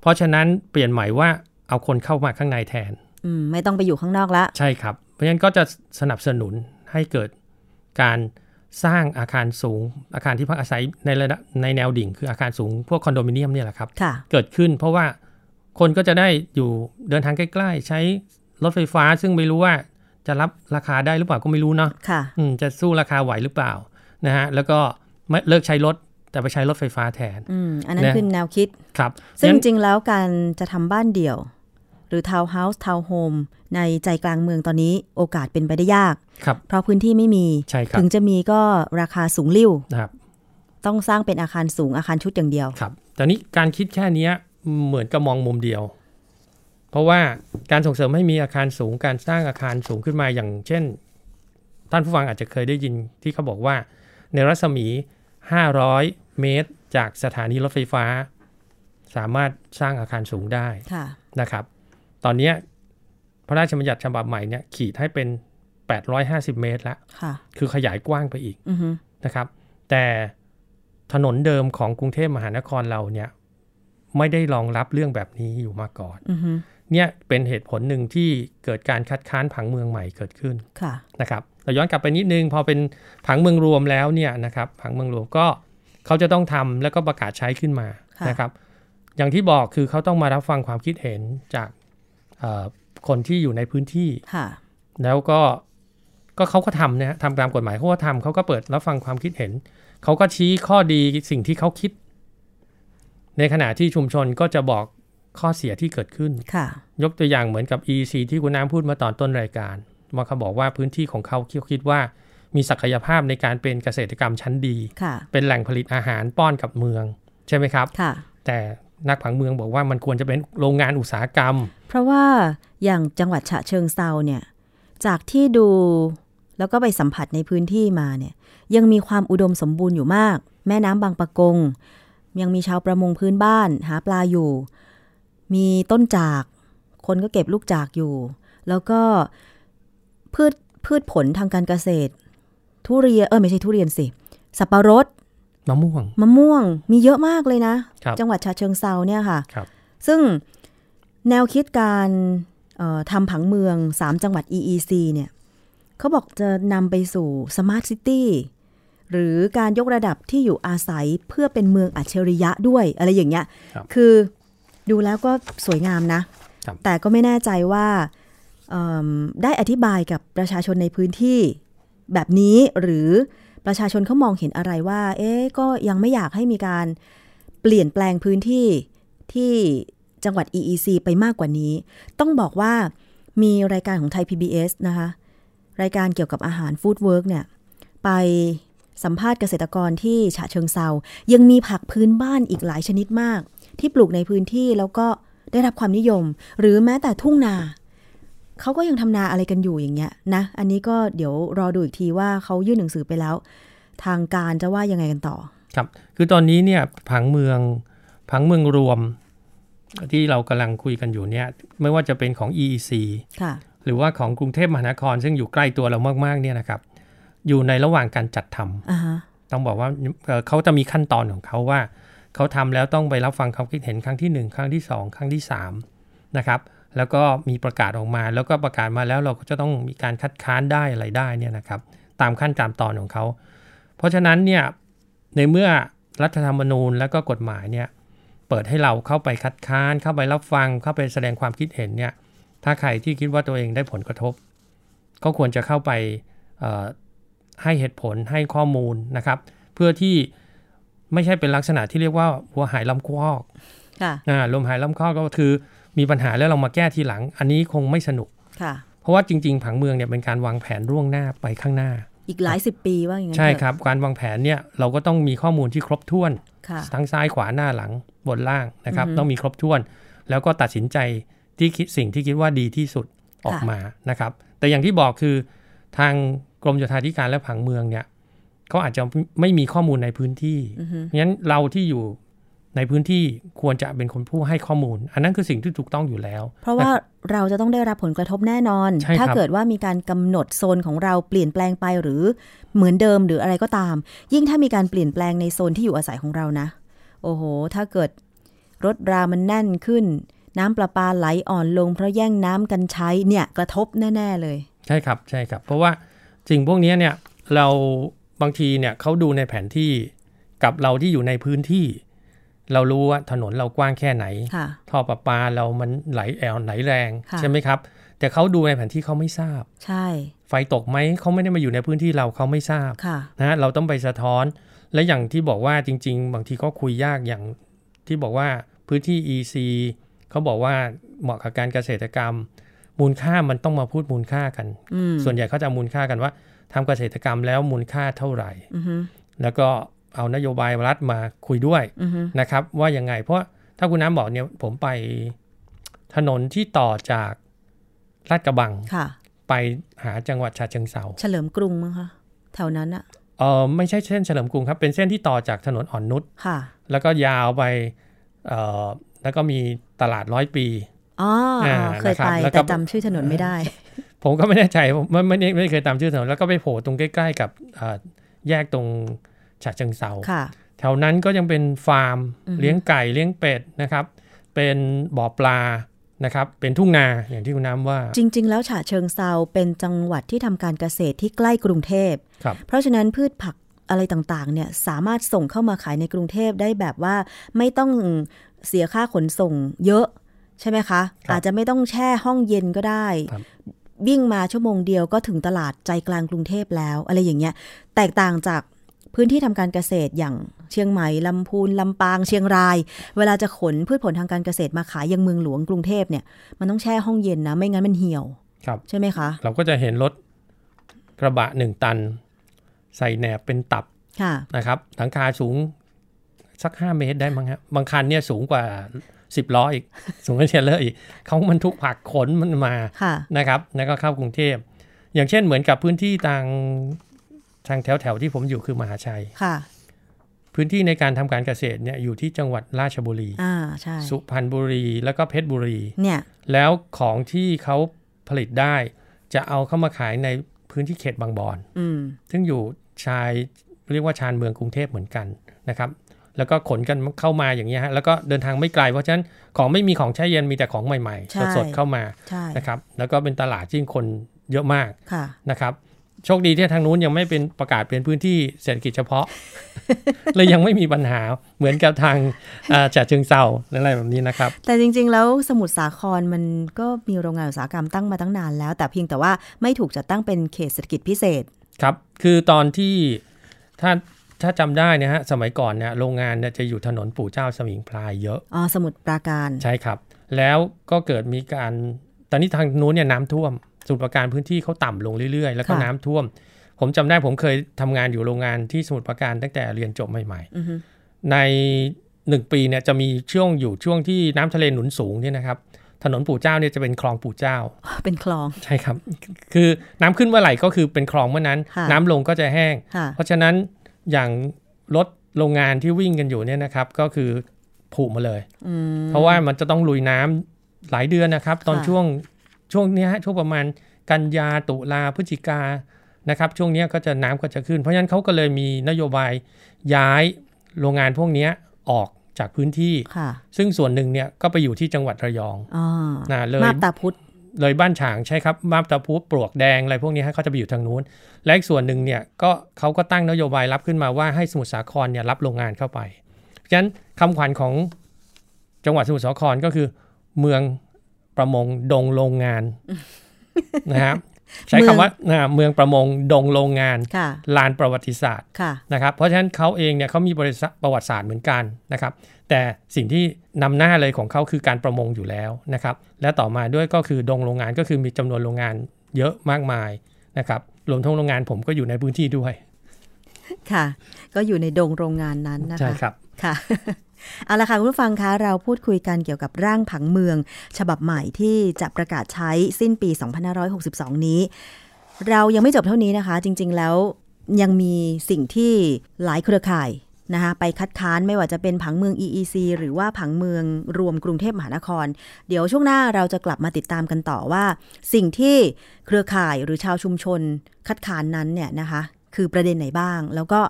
[SPEAKER 3] เพราะฉะนั้นเปลี่ยนใหม่ว่าเอาคนเข้ามาข้างในแทน
[SPEAKER 2] อืม ไม่ต้องไปอยู่ข้างนอกละ
[SPEAKER 3] ใช่ครับ เพราะฉะนั้นก็จะสนับสนุนให้เกิดการสร้างอาคารสูง อาคารที่พักอาศัยในระดับในแนวดิ่ง คืออาคารสูงพวกคอนโดมิเนียมเนี่ยแหละครับ
[SPEAKER 2] ค่ะ
[SPEAKER 3] เกิดขึ้นเพราะว่าคนก็จะได้อยู่เดินทางใกล้ๆ ใช้รถไฟฟ้า ซึ่งไม่รู้ว่าจะรับราคาได้หรือเปล่าก็ไม่รู้เนาะ
[SPEAKER 2] ค่ะ
[SPEAKER 3] อืมจะสู้ราคาไหวหรือเปล่านะฮะแล้วก็ไม่เลิกใช้รถแต่ไปใช้รถไฟฟ้าแทน
[SPEAKER 2] อืม อันนั้น
[SPEAKER 3] นะ
[SPEAKER 2] คือแนวคิด
[SPEAKER 3] ครับ
[SPEAKER 2] ซึ่ง
[SPEAKER 3] งั้น
[SPEAKER 2] จริงแล้วการจะทำบ้านเดี่ยว หรือทาวน์เฮาส์ทาวน์โฮมในใจกลางเมืองตอนนี้โอกาสเป็นไปได้ยาก
[SPEAKER 3] ครับ
[SPEAKER 2] เพราะพื้นที่ไม่มี
[SPEAKER 3] ใช่ครับ
[SPEAKER 2] ถึงจะมีก็ราคาสูงลิ่ว
[SPEAKER 3] นะครับ
[SPEAKER 2] ต้องสร้างเป็นอาคารสูงอาคารชุดอย่างเดียว
[SPEAKER 3] ครับแต่นี้การคิดแค่เนี้ยเหมือนกับมองมุมเดียว เพราะว่าการส่งเสริมให้มีอาคารสูงการสร้างอาคารสูงขึ้นมาอย่างเช่น ท่านผู้ฟังอาจจะเคยได้ยินที่เขาบอกว่า ในรัศมี 500 เมตร จากสถานีรถไฟฟ้า สามารถสร้างอาคารสูงได้
[SPEAKER 2] ค่ะ
[SPEAKER 3] นะครับ ตอนเนี้ยพระราชบัญญัติฉบับใหม่เนี่ยขีดให้เป็น 850 เมตรละ
[SPEAKER 2] ค่ะ
[SPEAKER 3] คือขยายกว้างไปอีก
[SPEAKER 2] อือฮึ
[SPEAKER 3] นะครับ แต่ถนนเดิมของกรุงเทพมหานครเราเนี่ยไม่ได้รองรับเรื่องแบบนี้อยู่มาก่อน
[SPEAKER 2] อือฮึ
[SPEAKER 3] เนี่ยเป็นเหตุผลหนึ่งที่เกิดการคัดค้านผังเมืองใหม่เกิดขึ้น
[SPEAKER 2] ค่ะ
[SPEAKER 3] นะครับเราย้อนกลับไปนิดนึง พอเป็นผังเมืองรวมแล้วเนี่ยนะครับผังเมืองรวมก็เขาจะต้องทำแล้วก็ประกาศใช้ขึ้นมา
[SPEAKER 2] ค่ะ
[SPEAKER 3] นะครับ อย่างที่บอกคือเขาต้องมารับฟังความคิดเห็นจากเอ่อคนที่อยู่ในพื้นที่
[SPEAKER 2] ค่ะ
[SPEAKER 3] แล้วก็ก็เขาก็ทำนะฮะทำตามกฎหมายเขาก็ทำเขาก็เปิดรับฟังความคิดเห็น เขาก็ชี้ข้อดีสิ่งที่เขาคิด ในขณะที่ชุมชนก็จะบอกข้อเสียที่เกิดขึ้น
[SPEAKER 2] ค่ะ
[SPEAKER 3] ยกตัวอย่างเหมือนกับ EC ที่คุณน้ำพูดมาตอนต้นรายการว่าเขาบอกว่าพื้นที่ของเขาคิดคิดว่า มีศักยภาพในการเป็นเกษตรกรรมชั้นดี
[SPEAKER 2] ค่ะ
[SPEAKER 3] เป็นแหล่งผลิตอาหารป้อนกับเมือง ใช่ไหมครับ
[SPEAKER 2] ค่ะ
[SPEAKER 3] แต่นักผังเมืองบอกว่ามันควรจะเป็นโรงงานอุตสาหกรรม
[SPEAKER 2] เพราะว่าอย่างจังหวัดฉะเชิงเซาเนี่ย จากที่ดู แล้วก็ไปสัมผัสในพื้นที่มาเนี่ยยังมีความอุดมสมบูรณ์อยู่มาก แม่น้ำบางปะกง ยังมีชาวประมงพื้นบ้านหาปลาอยู่ มีต้นจาก คนก็เก็บลูกจากอยู่ แล้วก็พืชพืชผลทางการเกษตร ทุเรียนเออไม่ใช่ทุเรียนสิ สับปะรด
[SPEAKER 3] มะม่วง
[SPEAKER 2] มะม่วงมีเยอะมากเลยนะ
[SPEAKER 3] ครับ
[SPEAKER 2] จังหวัดฉะเชิงเซาเนี่ยค่ะ
[SPEAKER 3] ครับ
[SPEAKER 2] ซึ่งแนวคิดการเอ่อทำผังเมือง 3 จังหวัด EEC เนี่ยเขาบอกจะนำไปสู่ Smart City หรือการยกระดับที่อยู่อาศัยเพื่อเป็นเมืองอัจฉริยะด้วยอะไรอย่างเงี้ย
[SPEAKER 3] ครับ
[SPEAKER 2] อดูแล้วก็สวยงามนะ
[SPEAKER 3] ครับ
[SPEAKER 2] แต่ก็ไม่แน่ใจว่าเอิ่มได้อธิบายกับประชาชนในพื้นที่แบบนี้หรือประชาชนเขามองเห็นอะไรว่า เอ๊ะก็ยังไม่อยากให้มีการเปลี่ยนแปลงพื้นที่ที่จังหวัด EEC ไปมากกว่านี้ ต้องบอกว่ามีรายการของไทย PBS นะคะ รายการเกี่ยวกับอาหารฟู้ดเวิร์กเนี่ย ไปสัมภาษณ์เกษตรกรที่ฉะเชิงเซา ยังมีผักพื้นบ้านอีกหลายชนิดมาก ที่ปลูกในพื้นที่แล้วก็ได้รับความนิยม หรือแม้แต่ทุ่งนา เขาก็ยังทำนาอะไรกันอยู่อย่างเงี้ยนะ อันนี้ก็เดี๋ยวรอดูอีกทีว่าเขายื่นหนังสือไปแล้ว ทางการจะว่ายังไงกันต่อ
[SPEAKER 3] ครับ คือตอนนี้เนี่ยผังเมืองผังเมืองรวม ที่เรากำลังคุยกันอยู่เนี่ยไม่ว่าจะเป็นของ EEC
[SPEAKER 2] ค่ะ
[SPEAKER 3] หรือว่าของกรุงเทพมหานคร ซึ่งอยู่ใกล้ตัวเรามากๆเนี่ยนะครับ อยู่ในระหว่างการจัดทำ
[SPEAKER 2] อ่าฮะ
[SPEAKER 3] ต้องบอกว่าเอ่อเขาจะมีขั้นตอนของเขาว่า เขาทำแล้วต้องไปรับฟังความคิดเห็นครั้งทีหนึ่งครั้งที่สองครั้งที่สามนะครับ แล้วก็มีประกาศออกมา แล้วก็ประกาศมาแล้วเราก็จะต้องมีการคัดค้านได้อะไรได้เนี่ยนะครับ ตามขั้นตามตอนของเขา เพราะฉะนั้นเนี่ยในเมื่อรัฐธรรมนูญและก็กฎหมายเนี่ยเปิดให้เราเข้าไปคัดค้าน เข้าไปรับฟังเข้าไปแสดงความคิดเห็นเนี่ยถ้าใครที่คิดว่าตัวเองได้ผลกระทบ ก็ควรจะเข้าไปเอ่อให้เหตุผลให้ข้อมูลนะครับ เพื่อที่ไม่ใช่เป็นลักษณะที่เรียกว่าหัวหายลำคอก
[SPEAKER 2] ค่ะ
[SPEAKER 3] อ่าลมหายลำคอกก็คือมีปัญหาแล้วเรามาแก้ทีหลัง อันนี้คงไม่สนุก
[SPEAKER 2] ค่ะ
[SPEAKER 3] เพราะว่าจริง ๆ ผังเมืองเนี่ยเป็นการวางแผนล่วงหน้าไปข้างหน้า
[SPEAKER 2] อีกหลายสิบปีว่าอย่างนั้น
[SPEAKER 3] ใช่
[SPEAKER 2] เถอะ
[SPEAKER 3] ครับ การวางแผนเนี่ยเราก็ต้องมีข้อมูลที่ครบถ้วน
[SPEAKER 2] ค่ะ
[SPEAKER 3] ทั้งซ้ายขวาหน้าหลังบนล่างนะครับ
[SPEAKER 2] อือฮึ
[SPEAKER 3] ต้องมีครบถ้วน แล้วก็ตัดสินใจที่คิดสิ่งที่คิดว่าดีที่สุดออก
[SPEAKER 2] ค่ะ
[SPEAKER 3] มานะครับ แต่อย่างที่บอกคือทางกรมโยธาธิการและผังเมืองเนี่ยเขาอาจจะไม่มีข้อมูลในพื้นที่
[SPEAKER 2] อือฮึ
[SPEAKER 3] เพราะฉะนั้นเราที่อยู่ในพื้นที่ควรจะเป็นคนผู้ให้ข้อมูล อันนั้นคือสิ่งที่ถูกต้องอยู่แล้ว
[SPEAKER 2] เพราะว่าเราจะต้องได้รับผลกระทบแน่นอน
[SPEAKER 3] ใช่ครับ
[SPEAKER 2] ถ้าเกิดว่ามีการกำหนดโซนของเราเปลี่ยนแปลงไปหรือเหมือนเดิมหรืออะไรก็ตาม ยิ่งถ้ามีการเปลี่ยนแปลงในโซนที่อยู่อาศัยของเรานะ โอ้โห ถ้าเกิดรถรามันแน่นขึ้น น้ำประปาไหลอ่อนลงเพราะแย่งน้ำกันใช้เนี่ยกระทบแน่ ๆ เลย
[SPEAKER 3] ใช่ครับใช่ครับ เพราะว่าสิ่งพวกนี้เนี่ยเราบางทีเนี่ยเขาดูในแผนที่กับเราที่อยู่ในพื้นที่ เรารู้ว่าถนนเรากว้างแค่ไหน
[SPEAKER 2] ค่ะ
[SPEAKER 3] ท่อประปาเรามันไหลแอลไหลแรง
[SPEAKER 2] ค่ะ
[SPEAKER 3] ใช่ไหมครับ แต่เขาดูในแผนที่เขาไม่ทราบ
[SPEAKER 2] ใช่
[SPEAKER 3] ไฟตกไหมเขาไม่ได้มาอยู่ในพื้นที่เราเขาไม่ทราบ
[SPEAKER 2] ค่ะ
[SPEAKER 3] นะฮะเราต้องไปสะท้อน และอย่างที่บอกว่าจริง ๆ บางทีก็คุยยากอย่างที่บอกว่าพื้นที่ EC เขาบอกว่าเหมาะกับการเกษตรกรรม มูลค่ามันต้องมาพูดมูลค่ากัน
[SPEAKER 2] อืม
[SPEAKER 3] ส่วนใหญ่เขาจะเอามูลค่ากันว่าทำเกษตรกรรมแล้วมูลค่าเท่าไหร่
[SPEAKER 2] อือฮึ
[SPEAKER 3] แล้วก็เอานโยบายรัฐมาคุยด้วย
[SPEAKER 2] อือฮึ
[SPEAKER 3] นะครับว่ายังไง เพราะถ้าคุณน้ำบอกเนี่ยผมไปถนนที่ต่อจากลาดกระบัง
[SPEAKER 2] ค่ะ
[SPEAKER 3] ไปหาจังหวัดฉะเชิงเซา
[SPEAKER 2] เฉลิมกรุงมั้งคะแถวนั้นอะ
[SPEAKER 3] เออไม่ใช่เส้นเฉลิมกรุงครับเป็นเส้นที่ต่อจากถนนอ่อนนุช
[SPEAKER 2] ค่ะ
[SPEAKER 3] แล้วก็ยาวไปเออแล้วก็มีตลาดร้อยปี
[SPEAKER 2] อ๋ออ๋อเคยไป
[SPEAKER 3] อ่านะครับแล้วก็
[SPEAKER 2] แต่จำชื่อถนนไม่ได้
[SPEAKER 3] ผมก็ไม่แน่ใจผมไม่ไม่ได้ไม่ได้เคยตามชื่อถนนแล้วก็ไปโผล่ตรงใกล้ๆกับเอ่อแยกตรงฉะเชิงเซา
[SPEAKER 2] ค่ะ
[SPEAKER 3] แถวนั้นก็ยังเป็นฟาร์ม
[SPEAKER 2] อือฮึ
[SPEAKER 3] เลี้ยงไก่เลี้ยงเป็ดนะครับ เป็นบ่อปลานะครับ เป็นทุ่งนาอย่างที่คุณน้ำว่า
[SPEAKER 2] จริง ๆ แล้วฉะเชิงเซาเป็นจังหวัดที่ทำการเกษตรที่ใกล้กรุงเทพ
[SPEAKER 3] ครับ
[SPEAKER 2] เพราะฉะนั้นพืชผักอะไรต่างๆ เนี่ยสามารถส่งเข้ามาขายในกรุงเทพได้แบบว่าไม่ต้องเสียค่าขนส่งเยอะใช่ไหมคะ
[SPEAKER 3] ครับ
[SPEAKER 2] อาจจะไม่ต้องแช่ห้องเย็นก็ได้
[SPEAKER 3] ครับ
[SPEAKER 2] วิ่งมาชั่วโมงเดียวก็ถึงตลาดใจกลางกรุงเทพแล้ว อะไรอย่างเงี้ย แตกต่างจากพื้นที่ทำการเกษตรอย่างเชียงใหม่ลำพูนลำปางเชียงราย เวลาจะขนพืชผลทางการเกษตรมาขายยังเมืองหลวงกรุงเทพเนี่ยมันต้องแช่ห้องเย็นนะไม่งั้นมันเหี่ยว
[SPEAKER 3] ครับ
[SPEAKER 2] ใช่ไหมคะ
[SPEAKER 3] เราก็จะเห็นรถกระบะหนึ่งตัน ใส่แหนบเป็นตับ
[SPEAKER 2] ค่ะ
[SPEAKER 3] นะครับหลังคาสูงสัก 5 เมตรได้มั้งฮะบางคันเนี่ยสูงกว่า 10 ล้ออีก สูงกว่าเชลเลอร์อีกเขามันทุกผักขนมันมา
[SPEAKER 2] ค่ะ
[SPEAKER 3] นะครับแล้วก็เข้ากรุงเทพ อย่างเช่นเหมือนกับพื้นที่ทางทางแถวแถวๆที่ผมอยู่คือมหาชัย
[SPEAKER 2] ค่ะ
[SPEAKER 3] พื้นที่ในการทำการเกษตรเนี่ยอยู่ที่จังหวัดราชบุรี
[SPEAKER 2] อ่าใช่
[SPEAKER 3] สุพรรณบุรีแล้วก็เพชรบุรี
[SPEAKER 2] เนี่ย
[SPEAKER 3] แล้วของที่เขาผลิตได้ จะเอาเข้ามาขายในพื้นที่เขตบางบอน
[SPEAKER 2] อืม
[SPEAKER 3] ซึ่งอยู่ชายเรียกว่าชานเมืองกรุงเทพเหมือนกันนะครับ แล้วก็ขนกันเข้ามาอย่างนี้ยฮะแล้วก็เดินทางไม่ไกลเพราะฉะนั้นของไม่มีของแช่เย็นมีแต่ของใหม่ๆ สดๆเข้ามา
[SPEAKER 2] ใช่
[SPEAKER 3] นะครับ แล้วก็เป็นตลาดที่คนเยอะมาก
[SPEAKER 2] ค่ะ
[SPEAKER 3] นะครับ โชคดีที่ทางนู้นยังไม่เป็นประกาศเป็นพื้นที่เศรษฐกิจเฉพาะ เลยยังไม่มีปัญหาเหมือนกับทางอ่าฉะเชิงเซาหรืออะไรแบบนี้นะครับ
[SPEAKER 2] แต่จริง ๆ แล้วสมุทรสาครมันก็มีโรงงานอุตสาหกรรมตั้งมาตั้งนานแล้ว แต่เพียงแต่ว่าไม่ถูกจัดตั้งเป็นเขตเศรษฐกิจพิเศษ
[SPEAKER 3] ครับ คือตอนที่ถ้าถ้าจำได้เนะฮะสมัยก่อนเนี่ยโรงงานเนี่ยจะอยู่ถนนปู่เจ้าสมิงพลายเยอะ
[SPEAKER 2] อ๋อ สมุทรปราการ
[SPEAKER 3] ใช่ครับ แล้วก็เกิดมีการตอนนี้ทางนู้นเนี่ยน้ำท่วมสมุทรปราการพื้นที่เขาต่ำลงเรื่อยๆ แล้วก็
[SPEAKER 2] ค่ะ
[SPEAKER 3] น้ำท่วม ผมจำได้ผมเคยทำงานอยู่โรงงานที่สมุทรปราการตั้งแต่เรียนจบใหม่
[SPEAKER 2] อือฮึ
[SPEAKER 3] ๆ ในหนึ่งปีเนี่ยจะมีช่วงอยู่ช่วงที่น้ำทะเลหนุนสูงเนี่ยนะครับถนนปู่เจ้าเนี่ยจะเป็นคลองปู่เจ้า
[SPEAKER 2] เป็นคลอง
[SPEAKER 3] ใช่ครับ คือน้ำขึ้นเมื่อไหร่ก็คือเป็นคลองเมื่อนั้น
[SPEAKER 2] ค่ะ
[SPEAKER 3] น้ำลงก็จะแห้ง
[SPEAKER 2] ค่ะ
[SPEAKER 3] เพราะฉะนั้นอย่างรถโรงงานที่วิ่งกันอยู่เนี่ยนะครับก็คือผุมาเลย
[SPEAKER 2] อืม
[SPEAKER 3] เพราะว่ามันจะต้องลุยน้ำหลายเดือนนะครับ ตอน
[SPEAKER 2] ค่ะ
[SPEAKER 3] ช่วงช่วงเนี้ยฮะช่วงประมาณกันยาตุลาพฤศจิกานะครับ ช่วงเนี้ยก็จะน้ำก็จะขึ้น เพราะฉะนั้นเขาก็เลยมีนโยบายย้ายโรงงานพวกเนี้ยออกจากพื้นที่
[SPEAKER 2] ค่ะ
[SPEAKER 3] ซึ่งส่วนหนึ่งเนี่ยก็ไปอยู่ที่จังหวัดระยอง
[SPEAKER 2] อ๋อ
[SPEAKER 3] นะเลย
[SPEAKER 2] มาบตาพุธ
[SPEAKER 3] เลยบ้านฉางใช่ครับมาบตาพุปลวกแดงอะไรพวกนี้ฮะเขาจะไปอยู่ทางนู้น และอีกส่วนหนึ่งเนี่ยก็เขาก็ตั้งนโยบายรับขึ้นมาว่าให้สมุทรสาครเนี่ยรับโรงงานเข้าไปฉะนั้นคำขวัญของจังหวัดสมุทรสาครก็คือ เมืองประมงดงโรงงานนะครับใช้คำว่าอ่าเมืองประมงดงโรงงาน
[SPEAKER 2] ค่ะ
[SPEAKER 3] ลานประวัติศาสตร์
[SPEAKER 2] ค่ะ
[SPEAKER 3] นะครับเพราะฉะนั้นเขาเองเนี่ยเขามีบริษัทประวัติศาสตร์เหมือนกันนะครับ แต่สิ่งที่นำหน้าเลยของเขาคือการประมงอยู่แล้วนะครับ และต่อมาด้วยก็คือดงโรงงานก็คือมีจำนวนโรงงานเยอะมากมายนะครับรวมทั้งโรงงานผมก็อยู่ในพื้นที่ด้วย
[SPEAKER 2] ค่ะ ก็อยู่ในดงโรงงานนั้นนะคะ
[SPEAKER 3] ใช่ครับ
[SPEAKER 2] ค่ะ เอาละค่ะคุณผู้ฟังคะเราพูดคุยกันเกี่ยวกับร่างผังเมือง ฉบับใหม่ที่จะประกาศใช้สิ้นปี 2562 นี้ เรายังไม่จบเท่านี้นะคะ จริง ๆ แล้วยังมีสิ่งที่หลายเครือข่ายนะคะไปคัดค้านไม่ว่าจะเป็นผังเมือง EEC หรือว่าผังเมืองรวมกรุงเทพมหานคร เดี๋ยวช่วงหน้าเราจะกลับมาติดตามกันต่อว่า สิ่งที่เครือข่ายหรือชาวชุมชนคัดค้านนั้นเนี่ยนะคะ คือประเด็นไหนบ้าง แล้วก็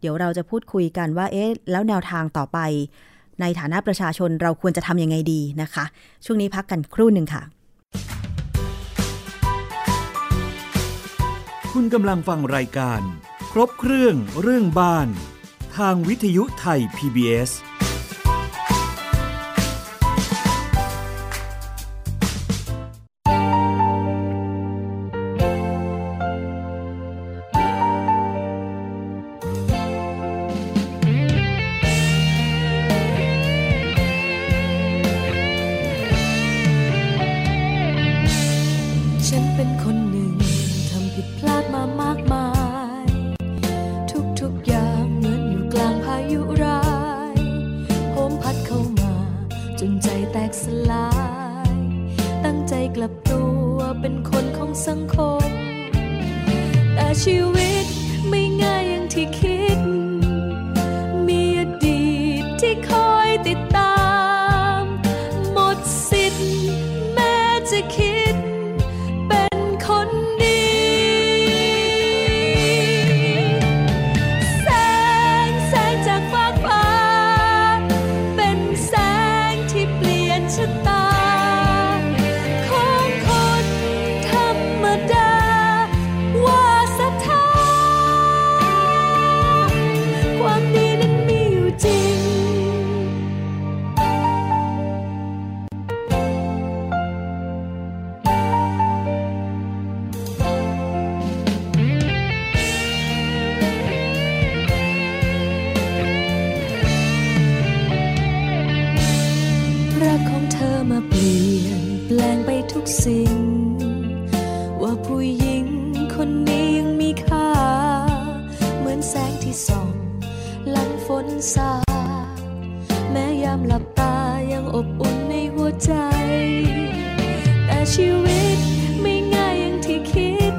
[SPEAKER 2] เดี๋ยวเราจะพูดคุยกันว่าเอ๊ะแล้วแนวทางต่อไป ในฐานะประชาชนเราควรจะทำยังไงดีนะคะ ช่วงนี้พักกันครู่หนึ่งค่ะ
[SPEAKER 1] คุณกำลังฟังรายการ ครบเครื่องเรื่องบ้าน ทางวิทยุไทย PBS
[SPEAKER 4] ๆ ฉันเป็นคนหนึ่งทำผิดพลาดมามากมาย ทุกๆอย่างเหมือนอยู่กลางพายุร้ายโหมพัดเข้ามา จนใจแตกสลาย ตั้งใจกลับตัวเป็นคนของสังคม แต่ชีวิตไม่ง่ายอย่างที่คิด มีอดีตที่คอยติดตาม หมดสิทธิ์แม้จะคิด เป็นคนดี แสงแสงจากฟากฟ้า เป็นแสงที่เปลี่ยนชะตา ของคนธรรมดา ว่าศรัทธา ความดีนั้นมีอยู่จริง รักของเธอมาเปลี่ยนแปลงไปทุกสิ่ง ว่าผู้หญิงคนนี้ยังมีค่า เหมือนแสงที่ส่อง หลังฝนสาดแม้ยามหลับตายังอบอุ่นในหัวใจ แต่ชีวิตไม่ง่ายอย่างที่คิด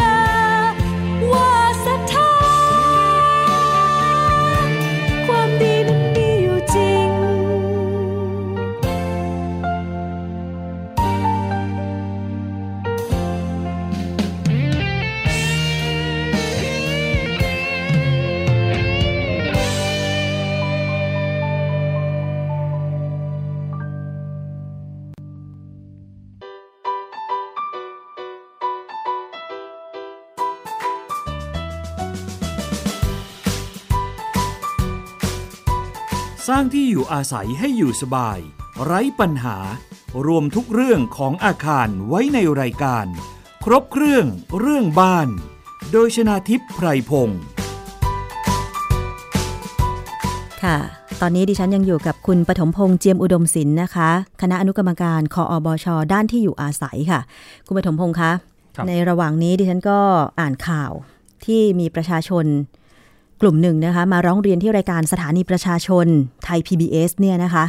[SPEAKER 4] ดาว่าศรัทธาความดีนั้นมีอยู่จริง
[SPEAKER 1] สร้างที่อยู่อาศัยให้อยู่สบาย ไร้ปัญหา รวมทุกเรื่องของอาคารไว้ในรายการ ครบเครื่องเรื่องบ้าน โดยชนาทิพย์ไพรพงศ์
[SPEAKER 2] ค่ะ ตอนนี้ดิฉันยังอยู่กับคุณปฐมพงษ์เจียมอุดมศิลป์นะคะ คณะอนุกรรมการคออบช ด้านที่อยู่อาศัยค่ะ คุณปฐมพงษ์คะ
[SPEAKER 3] ครับ
[SPEAKER 2] ในระหว่างนี้ดิฉันก็อ่านข่าวที่มีประชาชนกลุ่มหนึ่งนะคะ มาร้องเรียนที่รายการสถานีประชาชนไทย PBS เนี่ยนะคะ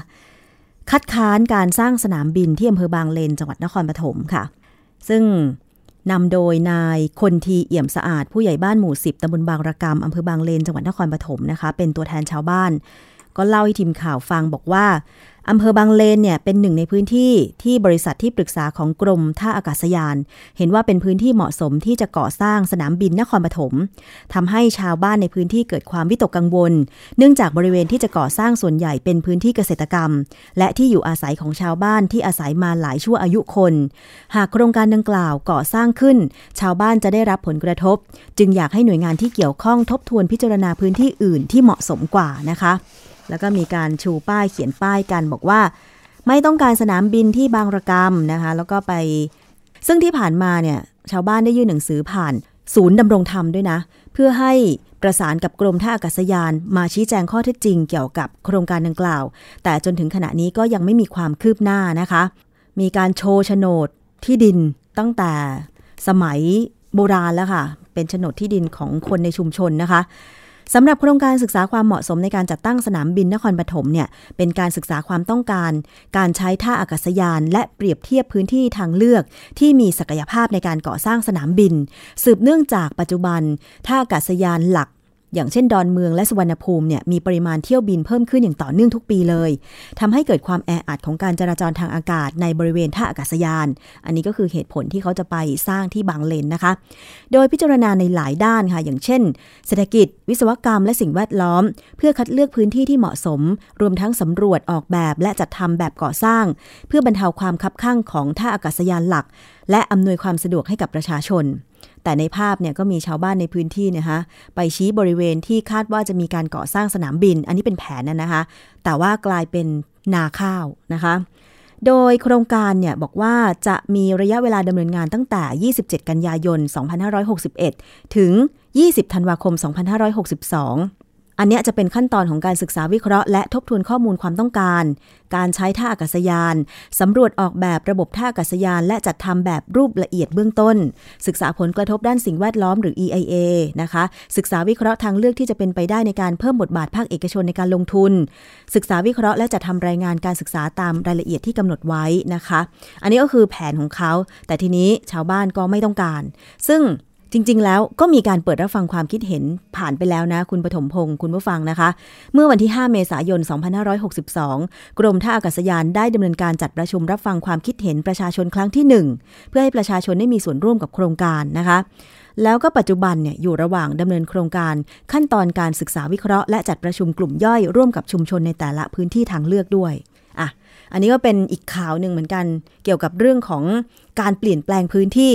[SPEAKER 2] คัดค้านการสร้างสนามบินที่อำเภอบางเลนจังหวัดนครปฐมค่ะ ซึ่งนำโดยนายคนทีเอี่ยมสะอาดผู้ใหญ่บ้านหมู่สิบตำบลบางระกำอำเภอบางเลนจังหวัดนครปฐมนะคะ เป็นตัวแทนชาวบ้าน ก็เล่าให้ทีมข่าวฟังบอกว่าอำเภอบางเลนเนี่ยเป็นหนึ่งในพื้นที่ที่บริษัทที่ปรึกษาของกรมท่าอากาศยาน เห็นว่าเป็นพื้นที่เหมาะสมที่จะก่อสร้างสนามบินนครปฐมทำให้ชาวบ้านในพื้นที่เกิดความวิตกกังวล เนื่องจากบริเวณที่จะก่อสร้างส่วนใหญ่เป็นพื้นที่เกษตรกรรม และที่อยู่อาศัยของชาวบ้านที่อาศัยมาหลายชั่วอายุคน หากโครงการดังกล่าวก่อสร้างขึ้น ชาวบ้านจะได้รับผลกระทบ จึงอยากให้หน่วยงานที่เกี่ยวข้องทบทวนพิจารณาพื้นที่อื่นที่เหมาะสมกว่านะคะ แล้วก็มีการชูป้ายเขียนป้ายกันบอกว่า ไม่ต้องการสนามบินที่บางระกำนะคะ แล้วก็ไป ซึ่งที่ผ่านมาเนี่ยชาวบ้านได้ยื่นหนังสือผ่าน ศูนย์ดำรงธรรมด้วยนะ เพื่อให้ประสานกับกรมท่าอากาศยาน มาชี้แจงข้อเท็จจริงเกี่ยวกับโครงการดังกล่าว แต่จนถึงขณะนี้ก็ยังไม่มีความคืบหน้านะคะ มีการโชว์โฉนดที่ดินตั้งแต่สมัยโบราณแล้วค่ะ เป็นโฉนดที่ดินของคนในชุมชนนะคะ สำหรับโครงการศึกษาความเหมาะสมในการจัดตั้งสนามบินนครปฐมเนี่ยเป็นการศึกษาความต้องการ การใช้ท่าอากาศยาน และเปรียบเทียบพื้นที่ทางเลือก ที่มีศักยภาพในการก่อสร้างสนามบิน สืบเนื่องจากปัจจุบันท่าอากาศยานหลัก อย่างเช่นดอนเมืองและสุวรรณภูมิเนี่ยมีปริมาณเที่ยวบินเพิ่มขึ้นอย่างต่อเนื่องทุกปีเลยทำให้เกิดความแออัดของการจราจรทางอากาศในบริเวณท่าอากาศยาน อันนี้ก็คือเหตุผลที่เขาจะไปสร้างที่บางเลนนะคะ โดยพิจารณาในหลายด้านค่ะ อย่างเช่น เศรษฐกิจ วิศวกรรมและสิ่งแวดล้อม เพื่อคัดเลือกพื้นที่ที่เหมาะสม รวมทั้งสำรวจออกแบบและจัดทำแบบก่อสร้าง เพื่อบรรเทาความคับข้างของท่าอากาศยานหลัก และอำนวยความสะดวกให้กับประชาชน แต่ในภาพเนี่ยก็มีชาวบ้านในพื้นที่นะคะไปชี้บริเวณที่คาดว่าจะมีการก่อสร้างสนามบิน อันนี้เป็นแผนนะนะคะ แต่ว่ากลายเป็นนาข้าวนะคะ โดยโครงการเนี่ยบอกว่าจะมีระยะเวลาดำเนินงานตั้งแต่ 27 กันยายน 2561 ถึง 20 ธันวาคม 2562 อันเนี้ยจะเป็นขั้นตอนของการศึกษาวิเคราะห์และทบทวนข้อมูลความต้องการ การใช้ท่าอากาศยาน สำรวจออกแบบระบบท่าอากาศยาน และจัดทำแบบรูปละเอียดเบื้องต้น ศึกษาผลกระทบด้านสิ่งแวดล้อมหรือ EIA นะคะ ศึกษาวิเคราะห์ทางเลือกที่จะเป็นไปได้ในการเพิ่มบทบาทภาคเอกชนในการลงทุน ศึกษาวิเคราะห์และจัดทำรายงานการศึกษาตามรายละเอียดที่กำหนดไว้นะคะ อันนี้ก็คือแผนของเขา แต่ทีนี้ชาวบ้านก็ไม่ต้องการ ซึ่งจริง ๆ แล้วก็มีการเปิดรับฟังความคิดเห็นผ่านไปแล้วนะ คุณปฐมพงศ์คุณผู้ฟังนะคะ เมื่อวันที่ 5 เมษายน 2562 กรมท่าอากาศยานได้ดำเนินการจัดประชุมรับฟังความคิดเห็นประชาชนครั้งที่หนึ่งเพื่อให้ประชาชนได้มีส่วนร่วมกับโครงการนะคะ แล้วก็ปัจจุบันเนี่ยอยู่ระหว่างดำเนินโครงการ ขั้นตอนการศึกษาวิเคราะห์และจัดประชุมกลุ่มย่อยร่วมกับชุมชนในแต่ละพื้นที่ทางเลือกด้วยอ่ะอันนี้ก็เป็นอีกข่าวหนึ่งเหมือนกัน เกี่ยวกับเรื่องของการเปลี่ยนแปลงพื้นที่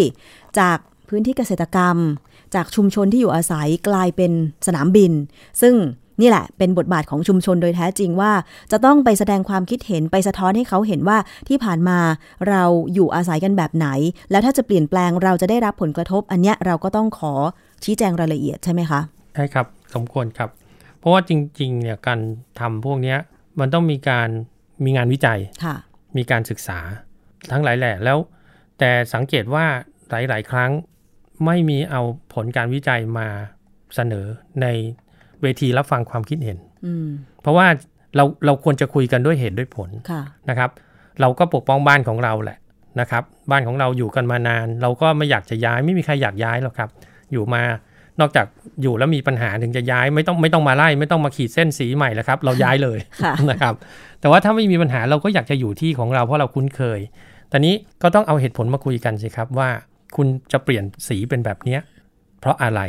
[SPEAKER 2] จากพื้นที่เกษตรกรรม จากชุมชนที่อยู่อาศัยกลายเป็นสนามบิน ซึ่งนี่แหละเป็นบทบาทของชุมชนโดยแท้จริงว่า จะต้องไปแสดงความคิดเห็นไปสะท้อนให้เขาเห็นว่าที่ผ่านมาเราอยู่อาศัยกันแบบไหน แล้วถ้าจะเปลี่ยนแปลงเราจะได้รับผลกระทบ อันเนี้ยเราก็ต้องขอชี้แจงรายละเอียดใช่ไหมคะ
[SPEAKER 3] ใช่ครับสมควรครับ เพราะว่าจริงๆเนี่ยการทำพวกเนี้ยมันต้องมีการมีงานวิจัย
[SPEAKER 2] ค่ะ
[SPEAKER 3] มีการศึกษาทั้งหลายแหล่แล้ว แต่สังเกตว่าหลาย ๆ ครั้งไม่มีเอาผลการวิจัยมาเสนอในเวทีรับฟังความคิดเห็น
[SPEAKER 2] อืม
[SPEAKER 3] เพราะว่าเราเราควรจะคุยกันด้วยเหตุด้วยผล
[SPEAKER 2] ค่ะ
[SPEAKER 3] นะครับ เราก็ปกป้องบ้านของเราแหละ นะครับ บ้านของเราอยู่กันมานาน เราก็ไม่อยากจะย้ายไม่มีใครอยากย้ายหรอกครับ อยู่มานอกจากอยู่แล้วมีปัญหาถึงจะย้ายไม่ต้องไม่ต้องมาไล่ไม่ต้องมาขีดเส้นสีใหม่แล้วครับ เราย้ายเลย
[SPEAKER 2] ค่ะ
[SPEAKER 3] นะครับ แต่ว่าถ้าไม่มีปัญหาเราก็อยากจะอยู่ที่ของเราเพราะเราคุ้นเคย ตอนนี้ก็ต้องเอาเหตุผลมาคุยกันสิครับว่า คุณจะเปลี่ยนสีเป็นแบบเนี้ยเพราะอะไร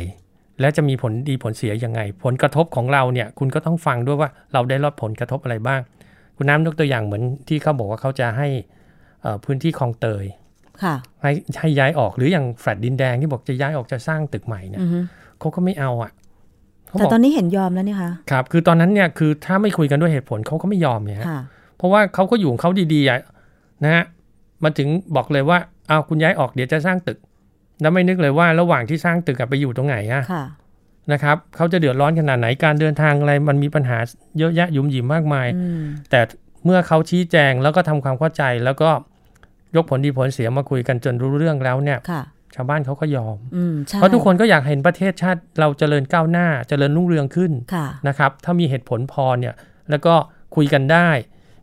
[SPEAKER 3] และจะมีผลดีผลเสียยังไง ผลกระทบของเราเนี่ย คุณก็ต้องฟังด้วยว่าเราได้รับผลกระทบอะไรบ้าง คุณน้ำยกตัวอย่างเหมือนที่เขาบอกว่าเขาจะให้เอ่อพื้นที่คลองเตย
[SPEAKER 2] ค่ะ
[SPEAKER 3] ให้ให้ย้ายออกหรืออย่างแฟลตดินแดงที่บอกจะย้ายออกจะสร้างตึกใหม่เนี่ย
[SPEAKER 2] อือฮึ
[SPEAKER 3] เขาก็ไม่เอาอ่ะเขา
[SPEAKER 2] แต่
[SPEAKER 3] บอก
[SPEAKER 2] ตอนนี้เห็นยอมแล้วนี่คะ
[SPEAKER 3] ครับ คือตอนนั้นเนี่ยคือถ้าไม่คุยกันด้วยเหตุผลเขาก็ไม่ยอมเนี่ยฮะ
[SPEAKER 2] ค่ะ
[SPEAKER 3] เพราะว่าเขาก็อยู่ของเขาดีๆอะนะฮะมันถึงบอกเลยว่าเอาวคุณย้ายออกเดี๋ยวจะสร้างตึก แล้วไม่นึกเลยว่าระหว่างที่สร้างตึกอะไปอยู่ตรงไหนอะ
[SPEAKER 2] ค่ะ
[SPEAKER 3] นะครับเขาจะเดือดร้อนขนาดไหนการเดินทางอะไร มันมีปัญหาเยอะแยะยุ่มหยิมมากมาย
[SPEAKER 2] อืม
[SPEAKER 3] แต่เมื่อเขาชี้แจงแล้วก็ทำความเข้าใจแล้วก็ยกผลดีผลเสียมาคุยกันจนรู้เรื่องแล้วเนี่ย
[SPEAKER 2] ค่ะ
[SPEAKER 3] ชาวบ้านเขาก็ยอม
[SPEAKER 2] อืม ใช่
[SPEAKER 3] เพราะทุกคนก็อยากเห็นประเทศชาติเราเจริญก้าวหน้าเจริญรุ่งเรืองขึ้น
[SPEAKER 2] ค่ะ
[SPEAKER 3] นะครับถ้ามีเหตุผลพอเนี่ยแล้วก็คุยกันได้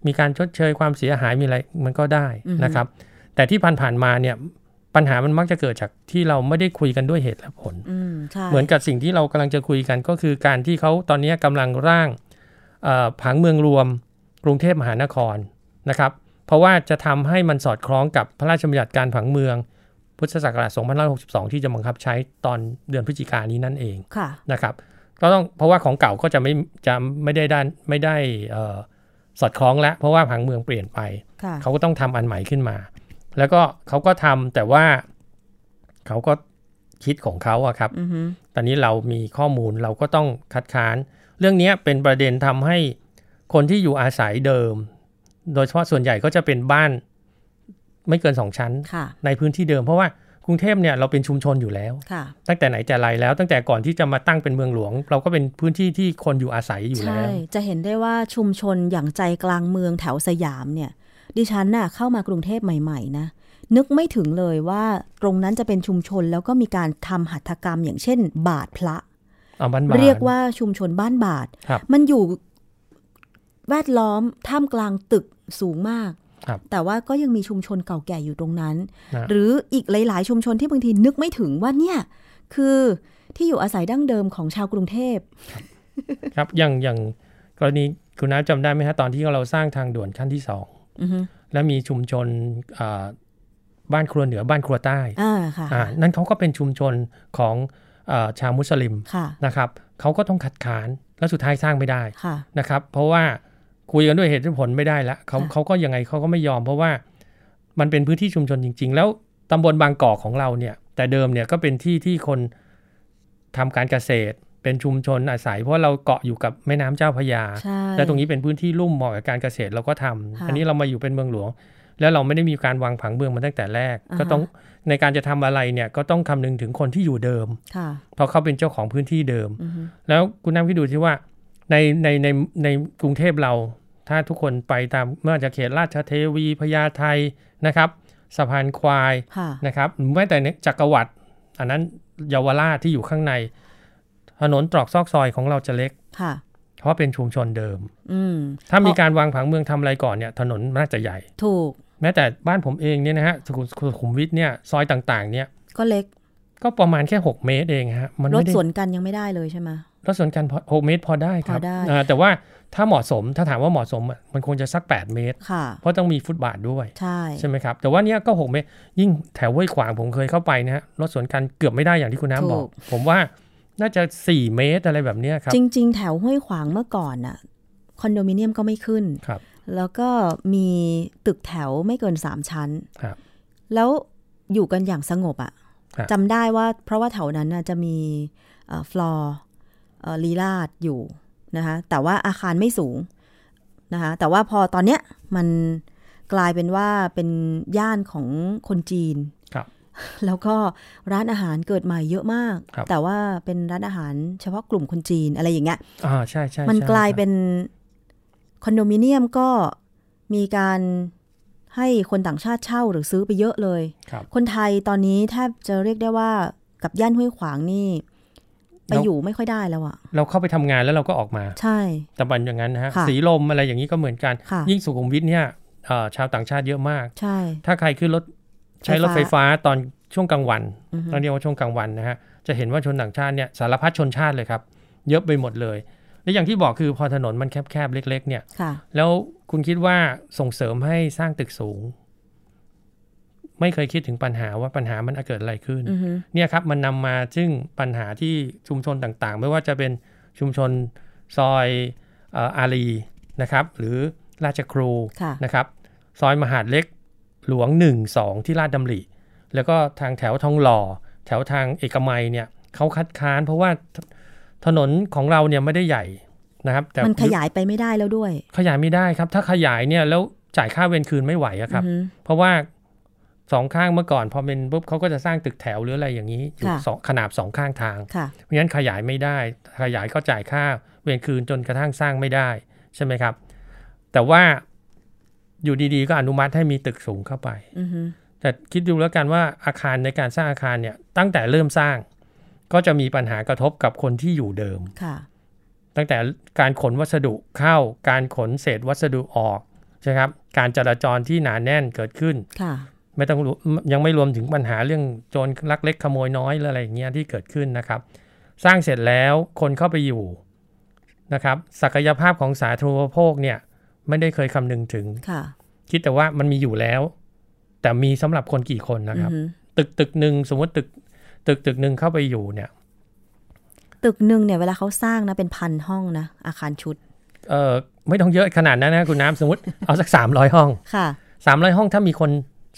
[SPEAKER 3] มีการชดเชยความเสียหายมีอะไรมันก็ได้
[SPEAKER 2] อือฮึ
[SPEAKER 3] นะครับ แต่ที่ผ่านๆมาเนี่ยปัญหามันมักจะเกิดจากที่เราไม่ได้คุยกันด้วยเหตุและผล
[SPEAKER 2] อืม ใช่
[SPEAKER 3] เหมือนกับสิ่งที่เรากำลังจะคุยกันก็คือการที่เขาตอนนี้กำลังร่างเอ่อผังเมืองรวมกรุงเทพมหานครนะครับ เพราะว่าจะทำให้มันสอดคล้องกับพระราชบัญญัติการผังเมือง พุทธศักราช2562 ที่จะบังคับใช้ตอนเดือนพฤศจิกายนนี้นั่นเอง
[SPEAKER 2] ค่ะ
[SPEAKER 3] นะครับก็ต้องเพราะว่าของเก่าก็จะไม่จะไม่ได้ด้านไม่ได้เอ่อสอดคล้องแล้ว เพราะว่าผังเมืองเปลี่ยนไป
[SPEAKER 2] ค่ะ
[SPEAKER 3] เขาก็ต้องทำอันใหม่ขึ้นมา แล้วก็เขาก็ทำแต่ว่าเขาก็คิดของเขาอะครับ
[SPEAKER 2] อือฮึ
[SPEAKER 3] ตอนนี้เรามีข้อมูลเราก็ต้องคัดค้าน เรื่องเนี้ยเป็นประเด็นทำให้คนที่อยู่อาศัยเดิม โดยเฉพาะส่วนใหญ่ก็จะเป็นบ้านไม่เกินสองชั้น
[SPEAKER 2] ค่ะ
[SPEAKER 3] ในพื้นที่เดิม เพราะว่ากรุงเทพเนี่ยเราเป็นชุมชนอยู่แล้ว
[SPEAKER 2] ค่ะ
[SPEAKER 3] ตั้งแต่ไหนแต่ไรแล้วตั้งแต่ก่อนที่จะมาตั้งเป็นเมืองหลวง เราก็เป็นพื้นที่ที่คนอยู่อาศัยอยู่
[SPEAKER 2] ใช่
[SPEAKER 3] แล้ว
[SPEAKER 2] จะเห็นได้ว่าชุมชนอย่างใจกลางเมืองแถวสยามเนี่ย ดิฉันน่ะเข้ามากรุงเทพใหม่ๆนะ นึกไม่ถึงเลยว่าตรงนั้นจะเป็นชุมชนแล้วก็มีการทำหัตถกรรมอย่างเช่น บาทพระ
[SPEAKER 3] เอาบ้านๆ
[SPEAKER 2] เรียกว่าชุมชนบ้านบาท
[SPEAKER 3] ครับ
[SPEAKER 2] มันอยู่แวดล้อมท่ามกลางตึกสูงมาก
[SPEAKER 3] ครับ
[SPEAKER 2] แต่ว่าก็ยังมีชุมชนเก่าแก่อยู่ตรงนั้น
[SPEAKER 3] นะ
[SPEAKER 2] หรืออีกหลาย ๆ ชุมชนที่บางทีนึกไม่ถึงว่าเนี่ย คือที่อยู่อาศัยดั้งเดิมของชาวกรุงเทพ
[SPEAKER 3] ครับอย่างอย่างกรณีคุณน้าจำได้ไหมฮะตอนที่เราสร้างทางด่วนขั้นที่สอง
[SPEAKER 2] อือฮึ
[SPEAKER 3] และมีชุมชนอ่าบ้านครัวเหนือบ้านครัวใต้
[SPEAKER 2] อ่าค่ะ
[SPEAKER 3] อ่านั่นเขาก็เป็นชุมชนของอาชาวมุสลิม
[SPEAKER 2] ค่ะ
[SPEAKER 3] นะครับเขาก็ต้องขัดขานแล้วสุดท้ายสร้างไม่ได้
[SPEAKER 2] ค่ะ
[SPEAKER 3] นะครับเพราะว่าคุยกันด้วยเหตุและผลไม่ได้ละเขา
[SPEAKER 2] ค่ะ
[SPEAKER 3] เขาก็ยังไงเขาก็ไม่ยอม เพราะว่ามันเป็นพื้นที่ชุมชนจริง ๆ แล้วตำบลบางกอกของเราเนี่ยแต่เดิมเนี่ยก็เป็นที่ที่คนทำการเกษตร เป็นชุมชนอาศัย เพราะเราเกาะอยู่กับแม่น้ำเจ้าพระยา
[SPEAKER 2] ใช่
[SPEAKER 3] และตรงนี้เป็นพื้นที่ลุ่มเหมาะกับการเกษตรเราก็ทำ
[SPEAKER 2] ค่ะ
[SPEAKER 3] อันนี้เรามาอยู่เป็นเมืองหลวง แล้วเราไม่ได้มีการวางผังเมืองมาตั้งแต่แรก
[SPEAKER 2] อ่าฮะ
[SPEAKER 3] ก็ต้องในการจะทำอะไรเนี่ยก็ต้องคำนึงถึงคนที่อยู่เดิม
[SPEAKER 2] ค่ะ
[SPEAKER 3] เพราะเขาเป็นเจ้าของพื้นที่เดิม
[SPEAKER 2] อือฮึ
[SPEAKER 3] แล้วคุณน้ำคิดดูที่ว่าในในในในกรุงเทพเรา ถ้าทุกคนไปตามเมื่อจะเขตราชเทวีพญาไทนะครับสะพานควาย
[SPEAKER 2] ค่ะ
[SPEAKER 3] นะครับหรือแม้แต่ในจักรวรรดิอันนั้นเยาวราชที่อยู่ข้างใน ถนนตรอกซอกซอยของเราจะเล็ก
[SPEAKER 2] ค่ะ
[SPEAKER 3] เพราะเป็นชุมชนเดิม
[SPEAKER 2] อืม
[SPEAKER 3] ถ้ามี
[SPEAKER 2] อ๋อ
[SPEAKER 3] การวางผังเมืองทำอะไรก่อนเนี่ยถนนน่าจะใหญ่
[SPEAKER 2] ถูก
[SPEAKER 3] แม้แต่บ้านผมเองเนี่ยนะฮะสุขุมสุขุมวิทเนี่ยซอยต่างๆเนี่ย
[SPEAKER 2] ก็เล็ก
[SPEAKER 3] ก็ประมาณแค่หกเมตรเองฮะมัน
[SPEAKER 2] รถ
[SPEAKER 3] ไม่ได้
[SPEAKER 2] สวนกันยังไม่ได้เลยใช่ไหม
[SPEAKER 3] รถสวนกันพอ6เมตรพอได้ครับ
[SPEAKER 2] พอได้
[SPEAKER 3] าแต่ว่าถ้าเหมาะสมถ้าถามว่าเหมาะสมอ่ะมันควรจะสัก 8 เมตร
[SPEAKER 2] ค่ะ
[SPEAKER 3] เพราะต้องมีฟุตบาทด้วย
[SPEAKER 2] ใช่
[SPEAKER 3] ใช่ไหมครับแต่ว่าเนี้ยก็ 6 เมตร ยิ่งแถวห้วยขวางผมเคยเข้าไปนะฮะรถสวนกันเกือบไม่ได้อย่างที่คุณน้ำบอก ผมว่าน่าจะ 4 เมตรอะไรแบบเนี้ยครับ
[SPEAKER 2] จริง ๆ แถวห้วยขวางเมื่อก่อนน่ะ คอนโดมิเนียมก็ไม่ขึ้น
[SPEAKER 3] ครับ
[SPEAKER 2] แล้วก็มีตึกแถวไม่เกินสามชั้น
[SPEAKER 3] ครับ
[SPEAKER 2] แล้วอยู่กันอย่างสงบอะ
[SPEAKER 3] ครับ
[SPEAKER 2] จำได้ว่าเพราะว่าแถวนั้นน่ะจะมีฟลอร์ลีลาดอยู่นะคะแต่ว่าอาคารไม่สูงนะคะแต่ว่าพอตอนเนี้ยมันกลายเป็นว่าเป็นย่านของคนจีน
[SPEAKER 3] ครับ
[SPEAKER 2] แล้วก็ร้านอาหารเกิดใหม่เยอะมาก
[SPEAKER 3] ครับ
[SPEAKER 2] แต่ว่าเป็นร้านอาหารเฉพาะกลุ่มคนจีนอะไรอย่างเงี้ย
[SPEAKER 3] อ่าใช่ใช่
[SPEAKER 2] มัน
[SPEAKER 3] ใช่
[SPEAKER 2] กลาย
[SPEAKER 3] ครับ
[SPEAKER 2] เป็นคอนโดมิเนียมก็มีการให้คนต่างชาติเช่าหรือซื้อไปเยอะเลย
[SPEAKER 3] ครับ
[SPEAKER 2] คนไทยตอนนี้แทบจะเรียกได้ว่ากับย่านห้วยขวางนี่ ไปอยู่ไม่ค่อยได้แล้วอะ
[SPEAKER 3] เราเข้าไปทำงานแล้วเราก็ออกมา
[SPEAKER 2] ใช่
[SPEAKER 3] แต่บันอย่างนั้นนะฮะ
[SPEAKER 2] ค่ะ
[SPEAKER 3] สีลมอะไรอย่างนี้ก็เหมือนกัน
[SPEAKER 2] ค่ะ
[SPEAKER 3] ยิ่งสุขุมวิทเนี่ย เอ่อชาวต่างชาติเยอะมาก
[SPEAKER 2] ใช่
[SPEAKER 3] ถ้าใครขึ้นรถใช้รถไฟ
[SPEAKER 2] ไฟ
[SPEAKER 3] ฟ้า
[SPEAKER 2] ฟ้า
[SPEAKER 3] ตอนช่วงกลางวัน
[SPEAKER 2] อือฮึ
[SPEAKER 3] ต้องเรียกว่าช่วงกลางวันนะฮะ จะเห็นว่าชนต่างชาติเนี่ยสารพัดชนชาติเลยครับ เยอะไปหมดเลย และอย่างที่บอกคือพอถนนมันแคบๆเล็ก ๆ เนี่ย
[SPEAKER 2] ค่ะ
[SPEAKER 3] แล้วคุณคิดว่าส่งเสริมให้สร้างตึกสูง ไม่เคยคิดถึงปัญหาว่าปัญหามันเกิดอะไรขึ้น
[SPEAKER 2] อือฮึ
[SPEAKER 3] เนี่ยครับมันนำมาซึ่งปัญหาที่ชุมชนต่างๆ ไม่ว่าจะเป็นชุมชนซอยเอ่ออารีนะครับ หรือราชครู
[SPEAKER 2] ค่ะ
[SPEAKER 3] นะครับ ซอยมหาดเล็กหลวง 1 2 ที่ลาดดำริ แล้วก็ทางแถวทองหล่อ แถวทางเอกมัยเนี่ยเขาคัดค้านเพราะว่าถถนนของเราเนี่ยไม่ได้ใหญ่นะครับแต่
[SPEAKER 2] มันขยายไปไม่ได้แล้วด้วย
[SPEAKER 3] ขยายไม่ได้ครับ ถ้าขยายเนี่ยแล้วจ่ายค่าเวรคืนไม่ไหวอะครับ
[SPEAKER 2] อือฮึ
[SPEAKER 3] เพราะว่าสองข้างเมื่อก่อนพอเป็นปุ๊บเขาก็จะสร้างตึกแถวหรืออะไรอย่างนี้อยู่
[SPEAKER 2] ค่ะ
[SPEAKER 3] สองขนาบสองข้างทาง
[SPEAKER 2] ค่ะ
[SPEAKER 3] เพราะฉะนั้นขยายไม่ได้ ขยายก็จ่ายค่าเวรคืนจนกระทั่งสร้างไม่ได้ใช่ไหมครับ แต่ว่าอยู่ดีๆ ก็อนุมัติให้มีตึกสูงเข้าไป
[SPEAKER 2] อือฮึ
[SPEAKER 3] แต่คิดดูแล้วกันว่าอาคารในการสร้างอาคารเนี่ยตั้งแต่เริ่มสร้าง ก็จะมีปัญหากระทบกับคนที่อยู่เดิม
[SPEAKER 2] ค่ะ
[SPEAKER 3] ตั้งแต่การขนวัสดุเข้า การขนเศษวัสดุออกใช่ครับการจราจรที่หนาแน่นเกิดขึ้น
[SPEAKER 2] ค่ะ
[SPEAKER 3] ไม่ต้องรู้ยังไม่รวมถึงปัญหาเรื่องโจรลักเล็กขโมยน้อยอะไรอย่างเงี้ยที่เกิดขึ้นนะครับ สร้างเสร็จแล้วคนเข้าไปอยู่นะครับ ศักยภาพของสาธารณูปโภคเนี่ยไม่ได้เคยคำนึงถึง
[SPEAKER 2] ค่ะ
[SPEAKER 3] คิดแต่ว่ามันมีอยู่แล้ว แต่มีสำหรับคนกี่คนนะ
[SPEAKER 2] อื
[SPEAKER 3] ค
[SPEAKER 2] อ
[SPEAKER 3] รับ
[SPEAKER 2] ฮึ
[SPEAKER 3] ตึกตึกหนึ่งสมมติตึกตึกตึกหนึ่งเข้าไปอยู่เนี่ย
[SPEAKER 2] ตึกหนึ่งเนี่ยเวลาเขาสร้างนะเป็นพันห้องนะ อาคารชุด
[SPEAKER 3] เออไม่ต้องเยอะขนาดนั้นนะคุณน้ำสมมติ เอาสัก 300 ห้อง
[SPEAKER 2] ค่ะ
[SPEAKER 3] 300 ห้องถ้ามีคน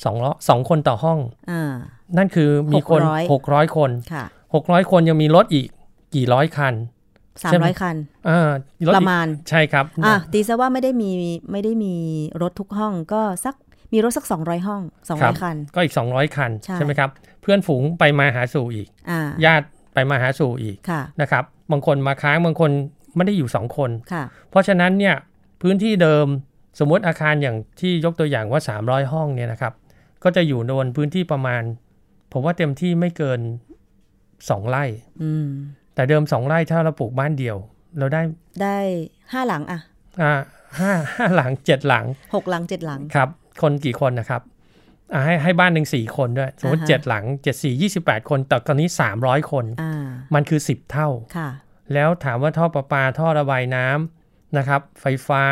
[SPEAKER 3] สองร้อยสองคนต่อห้อง
[SPEAKER 2] อ่า
[SPEAKER 3] นั่นคือมีคน
[SPEAKER 2] 600
[SPEAKER 3] หกร้อยคน
[SPEAKER 2] ค่ะ
[SPEAKER 3] หกร้อยคนยังมีรถอีกกี่ร้อยคัน
[SPEAKER 2] สาม
[SPEAKER 3] ใช่ไหม
[SPEAKER 2] ร้อยคัน
[SPEAKER 3] อ่าถ
[SPEAKER 2] ป
[SPEAKER 3] อี
[SPEAKER 2] ระ
[SPEAKER 3] ก
[SPEAKER 2] มาณ
[SPEAKER 3] ใช่ครับ
[SPEAKER 2] อ่ะตีซะว่าไม่ได้มีไม่ได้มีรถทุกห้องก็สักมีรถสัก 200 ห้อง
[SPEAKER 3] รับ
[SPEAKER 2] 200 คัน
[SPEAKER 3] ก็อีก 200 คัน
[SPEAKER 2] ใช่
[SPEAKER 3] ไหมครับ เพื่อนฝูงไปมาหาสู่อีก
[SPEAKER 2] อ่า
[SPEAKER 3] ญาติไปมาหาสู่อีก
[SPEAKER 2] ค่ะ
[SPEAKER 3] นะครับ บางคนมาค้างบางคนไม่ได้อยู่ 2 คน
[SPEAKER 2] ค่ะ
[SPEAKER 3] เพราะฉะนั้นเนี่ยพื้นที่เดิมสมมติอาคารอย่างที่ยกตัวอย่างว่า 300 ห้องเนี่ยนะครับ ก็จะอยู่บนพื้นที่ประมาณ ผมว่าเต็มที่ไม่เกิน 2 ไร่
[SPEAKER 2] อืม
[SPEAKER 3] แต่เดิม 2 ไร่ถ้าเราปลูกบ้านเดียว เราได้
[SPEAKER 2] ได้ห้าหลังอ่ะ
[SPEAKER 3] อ่าห้าห้าหลังเจ็ดหลัง
[SPEAKER 2] หกหลังเจ็ดหลัง
[SPEAKER 3] ครับคนกี่คนนะครับอ่ะให้ให้บ้านหนึ่งสี่คนด้วย สมมติ
[SPEAKER 2] อ่าฮะ
[SPEAKER 3] เจ็ดหลังเจ็ดสี่ยี่สิบแปดคนแต่ตอนนี้สามร้อยคน
[SPEAKER 2] อ่า
[SPEAKER 3] มันคือสิบเท่า
[SPEAKER 2] ค่ะ
[SPEAKER 3] แล้วถามว่าท่อประปาท่อระบายน้ำนะครับ ไฟฟ้า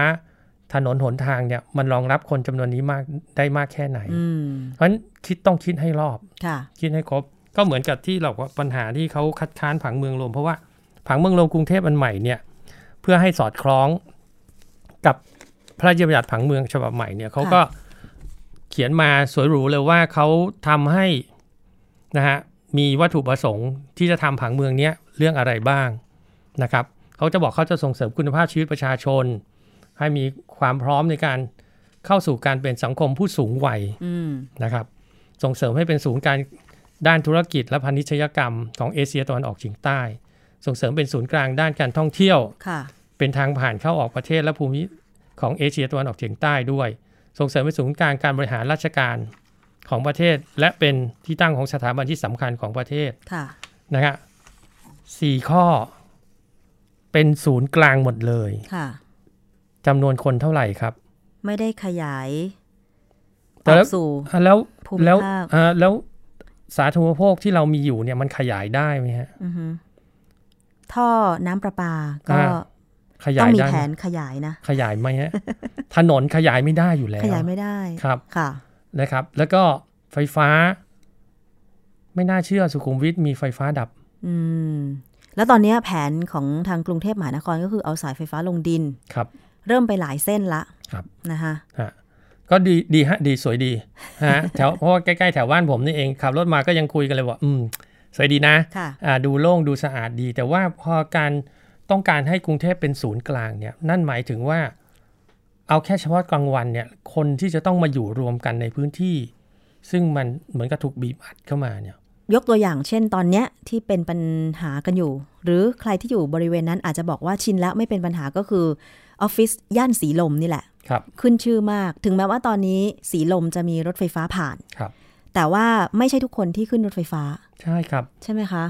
[SPEAKER 3] ถนนหนทางเนี่ยมันรองรับคนจำนวนนี้มากได้มากแค่ไหน
[SPEAKER 2] อืม
[SPEAKER 3] เพราะฉะนั้นคิดต้องคิดให้รอบ
[SPEAKER 2] ค่ะ
[SPEAKER 3] คิดให้ครบ ก็เหมือนกับที่เราว่าปัญหาที่เขาคัดค้านผังเมืองรวมเพราะว่าผังเมืองรวมกรุงเทพอันใหม่เนี่ยเพื่อให้สอดคล้องกับพระราชบัญญัติผังเมืองฉบับใหม่เนี่ยเขาก็เขียนมาสวยหรูเลยว่าเขาทำให้นะฮะมีวัตถุประสงค์ที่จะทำผังเมืองเนี้ยเรื่องอะไรบ้างนะครับเขาจะบอกเขาจะส่งเสริมคุณภาพชีวิตประชาชน ให้มีความพร้อมในการเข้าสู่การเป็นสังคมผู้สูงวัย
[SPEAKER 2] อืม
[SPEAKER 3] นะครับส่งเสริมให้เป็นศูนย์การด้านธุรกิจและพาณิชยกรรมของเอเชียตะวันออกเฉียงใต้ ส่งเสริมเป็นศูนย์กลางด้านการท่องเที่ยว
[SPEAKER 2] ค่ะ
[SPEAKER 3] เป็นทางผ่านเข้าออกประเทศและภูมิของเอเชียตะวันออกเฉียงใต้ด้วย ส่งเสริมเป็นศูนย์กลางการบริหารราชการของประเทศ และเป็นที่ตั้งของสถาบันที่สำคัญของประเทศ
[SPEAKER 2] ค่ะ
[SPEAKER 3] นะฮะสี่ข้อ เป็นศูนย์กลางหมดเลย
[SPEAKER 2] ค่ะ
[SPEAKER 3] จำนวนคนเท่าไหร่ครับ
[SPEAKER 2] ไม่ได้ขยาย
[SPEAKER 3] แต่
[SPEAKER 2] ออ
[SPEAKER 3] แล้ว
[SPEAKER 2] กสู่
[SPEAKER 3] อ่ะแล้ว
[SPEAKER 2] ภูมิ
[SPEAKER 3] แล้ว
[SPEAKER 2] ภาค
[SPEAKER 3] อ่ะแล้วสาธารณูปโภคที่เรามีอยู่เนี่ยมันขยายได้ไหมฮะ
[SPEAKER 2] อือฮึท่อน้ำประปา ก็
[SPEAKER 3] อ่า ขยา
[SPEAKER 2] ต้อง
[SPEAKER 3] ย
[SPEAKER 2] มี
[SPEAKER 3] ได้
[SPEAKER 2] แผน
[SPEAKER 3] ไหม
[SPEAKER 2] ขยายนะ
[SPEAKER 3] ขยายไหม ฮะ ถนนขยายไม่ได้อยู่แล้ว
[SPEAKER 2] ขยายไม่ได้
[SPEAKER 3] ครับ
[SPEAKER 2] ค่ะ
[SPEAKER 3] นะครับ แล้วก็ไฟฟ้า ไม่น่าเชื่อสุขุมวิทมีไฟฟ้าดับ
[SPEAKER 2] อืม แล้วตอนเนี้ยแผนของทางกรุงเทพมหานครก็คือเอาสายไฟฟ้าลงดิน
[SPEAKER 3] ครับ
[SPEAKER 2] เริ่มไปหลายเส้นละ
[SPEAKER 3] ครับ
[SPEAKER 2] นะคะ
[SPEAKER 3] ฮะก็ดีดีฮะ ดีสวยดีฮะ แถวเพราะว่าใกล้ๆแถวบ้านผมนี่เองขับรถมาก็ยังคุยกันเลยว่า อืม สวยดีนะ
[SPEAKER 2] ค่ะ
[SPEAKER 3] อ่าดูโล่งดูสะอาดดี แต่ว่าพอการต้องการให้กรุงเทพเป็นศูนย์กลางเนี่ย นั่นหมายถึงว่า เอาแค่เฉพาะกลางวันเนี่ย คนที่จะต้องมาอยู่รวมกันในพื้นที่ ซึ่งมันเหมือนกับถูกบีบอัดเข้ามาเนี่ย
[SPEAKER 2] ยกตัวอย่างเช่นตอนเนี้ยที่เป็นปัญหากันอยู่ หรือใครที่อยู่บริเวณนั้นอาจจะบอกว่าชินแล้วไม่เป็นปัญหาก็คือออฟฟิศย่านสีลมนี่แหละ
[SPEAKER 3] ครับ
[SPEAKER 2] ขึ้นชื่อมาก ถึงแม้ว่าตอนนี้สีลมจะมีรถไฟฟ้าผ่าน
[SPEAKER 3] ครับ
[SPEAKER 2] แต่ว่าไม่ใช่ทุกคนที่ขึ้นรถไฟฟ้า
[SPEAKER 3] ใช่ครับ
[SPEAKER 2] ใช่ไหมคะ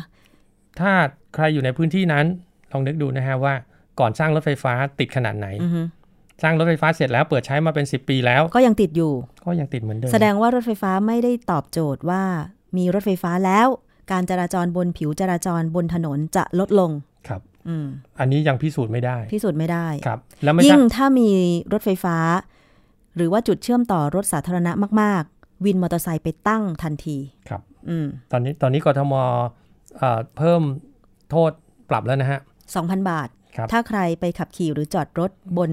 [SPEAKER 3] ถ้าใครอยู่ในพื้นที่นั้น ลองนึกดูนะฮะว่าก่อนสร้างรถไฟฟ้าติดขนาดไหน
[SPEAKER 2] อือฮึ
[SPEAKER 3] สร้างรถไฟฟ้าเสร็จแล้วเปิดใช้มาเป็น 10 ปีแล้ว
[SPEAKER 2] ก็ยังติดอยู่
[SPEAKER 3] ก็ยังติดเหมือนเดิม
[SPEAKER 2] แสดงว่ารถไฟฟ้าไม่ได้ตอบโจทย์ว่ามีรถไฟฟ้าแล้ว การจราจรบนผิวจราจรบนถนนจะลดลง
[SPEAKER 3] ครับ
[SPEAKER 2] อืม
[SPEAKER 3] อันนี้ยังพิสูจน์ไม่ได้
[SPEAKER 2] พิสูจน์ไม่ได้
[SPEAKER 3] ครับ แล้วไม่ท
[SPEAKER 2] ยิ่
[SPEAKER 3] ราง บ
[SPEAKER 2] ถ้ามีรถไฟฟ้า หรือว่าจุดเชื่อมต่อรถสาธารณะมาก ๆ วินมอเตอร์ไซค์ไปตั้งทันที
[SPEAKER 3] ครับ
[SPEAKER 2] อืม
[SPEAKER 3] ตอนนี้ตอนนี้กทมเอ่อเพิ่มโทษปรับแล้วนะฮะ
[SPEAKER 2] 2,000 บาท
[SPEAKER 3] ครับ
[SPEAKER 2] ถ้าใครไปขับขี่หรือจอดรถบน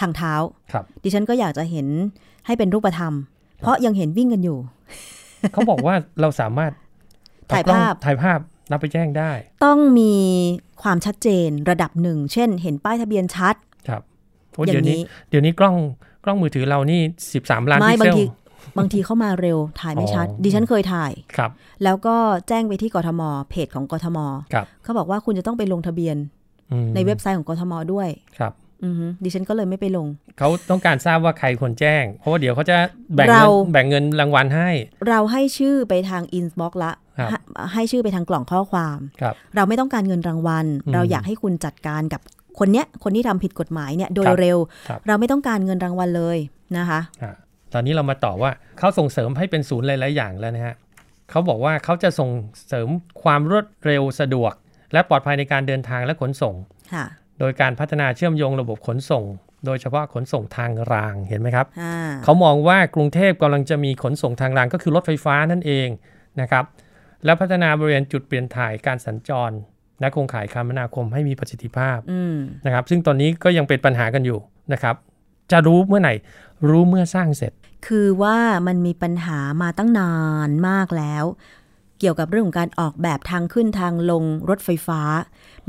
[SPEAKER 2] ทางเท้า
[SPEAKER 3] ครับ
[SPEAKER 2] ดิฉันก็อยากจะเห็นให้เป็นรูปธรรม เพราะยังเห็นวิ่งกันอยู่
[SPEAKER 3] เขาบอกว่าเราสามา รถเอ
[SPEAKER 2] ถ่าย
[SPEAKER 3] กล้อง
[SPEAKER 2] ภาพ
[SPEAKER 3] ถ่ายภาพรับไปแจ้งได้
[SPEAKER 2] ต้องมีความชัดเจนระดับหนึ่ง เช่น เห็นป้ายทะเบียนชัด
[SPEAKER 3] ครับโอ้
[SPEAKER 2] อย่า
[SPEAKER 3] เดี๋ยว
[SPEAKER 2] ง
[SPEAKER 3] นี้
[SPEAKER 2] นี้
[SPEAKER 3] เดี๋ยวนี้กล้องกล้องมือถือเรานี่ 13 ล้าน
[SPEAKER 2] ไม่
[SPEAKER 3] พิก
[SPEAKER 2] บา
[SPEAKER 3] เซ
[SPEAKER 2] ง
[SPEAKER 3] ล
[SPEAKER 2] ทีบางทีเข้ามาเร็วถ่ายไม่ชัด
[SPEAKER 3] อ๋อ
[SPEAKER 2] ดิฉันเคยถ่าย
[SPEAKER 3] ครับ
[SPEAKER 2] แล้วก็แจ้งไปที่กทม เพจของกทม
[SPEAKER 3] ครับ
[SPEAKER 2] เขาบอกว่าคุณจะต้องไปลงทะเบียน
[SPEAKER 3] อืม
[SPEAKER 2] ในเว็บไซต์ของกทมด้วย
[SPEAKER 3] ครับ
[SPEAKER 2] อือฮึดิฉันก็เลยไม่ไปลง
[SPEAKER 3] เขาต้องการทราบว่าใครคนแจ้ง เพราะว่าเดี๋ยวเขาจะแบ่งเงิ
[SPEAKER 2] เรา
[SPEAKER 3] นแบ่งเงินรางวัลให้
[SPEAKER 2] เราให้ชื่อไปทางอินบ็อกละ
[SPEAKER 3] ครับ
[SPEAKER 2] ให้ให้ชื่อไปทางกล่องข้อความ
[SPEAKER 3] ครับ
[SPEAKER 2] เราไม่ต้องการเงินรางวัล
[SPEAKER 3] อืม
[SPEAKER 2] เราอยากให้คุณจัดการกับคนเนี้ย คนที่ทำผิดกฎหมายเนี่ยโด
[SPEAKER 3] ค
[SPEAKER 2] ย
[SPEAKER 3] รับ
[SPEAKER 2] เร็ว
[SPEAKER 3] ครับ
[SPEAKER 2] เราไม่ต้องการเงินรางวัลเลยนะคะ
[SPEAKER 3] อ่ะตอนนี้เรามาต่อว่าเขาส่งเสริมให้เป็นศูนย์หลาย ๆ อย่างแล้วนะฮะเขาบอกว่าเขาจะส่งเสริมความรวดเร็วสะดวก และปลอดภัยในการเดินทางและขนส่ง
[SPEAKER 2] ค่ะ
[SPEAKER 3] โดยการพัฒนาเชื่อมโยงระบบขนส่ง โดยเฉพาะขนส่งทางรางเห็นไหมครับ
[SPEAKER 2] อ่า
[SPEAKER 3] เขามองว่ากรุงเทพกำลังจะมีขนส่งทางรางก็คือรถไฟฟ้านั่นเองนะครับและพัฒนาบริเวณจุดเปลี่ยนถ่ายการสัญจร และโครงข่ายคมนาคมให้มีประสิทธิภาพ
[SPEAKER 2] อืม
[SPEAKER 3] นะครับ ซึ่งตอนนี้ก็ยังเป็นปัญหากันอยู่นะครับ จะรู้เมื่อไหร่รู้เมื่อสร้างเสร็จ
[SPEAKER 2] คือว่ามันมีปัญหามาตั้งนานมากแล้ว เกี่ยวกับเรื่องของการออกแบบทางขึ้นทางลงรถไฟฟ้า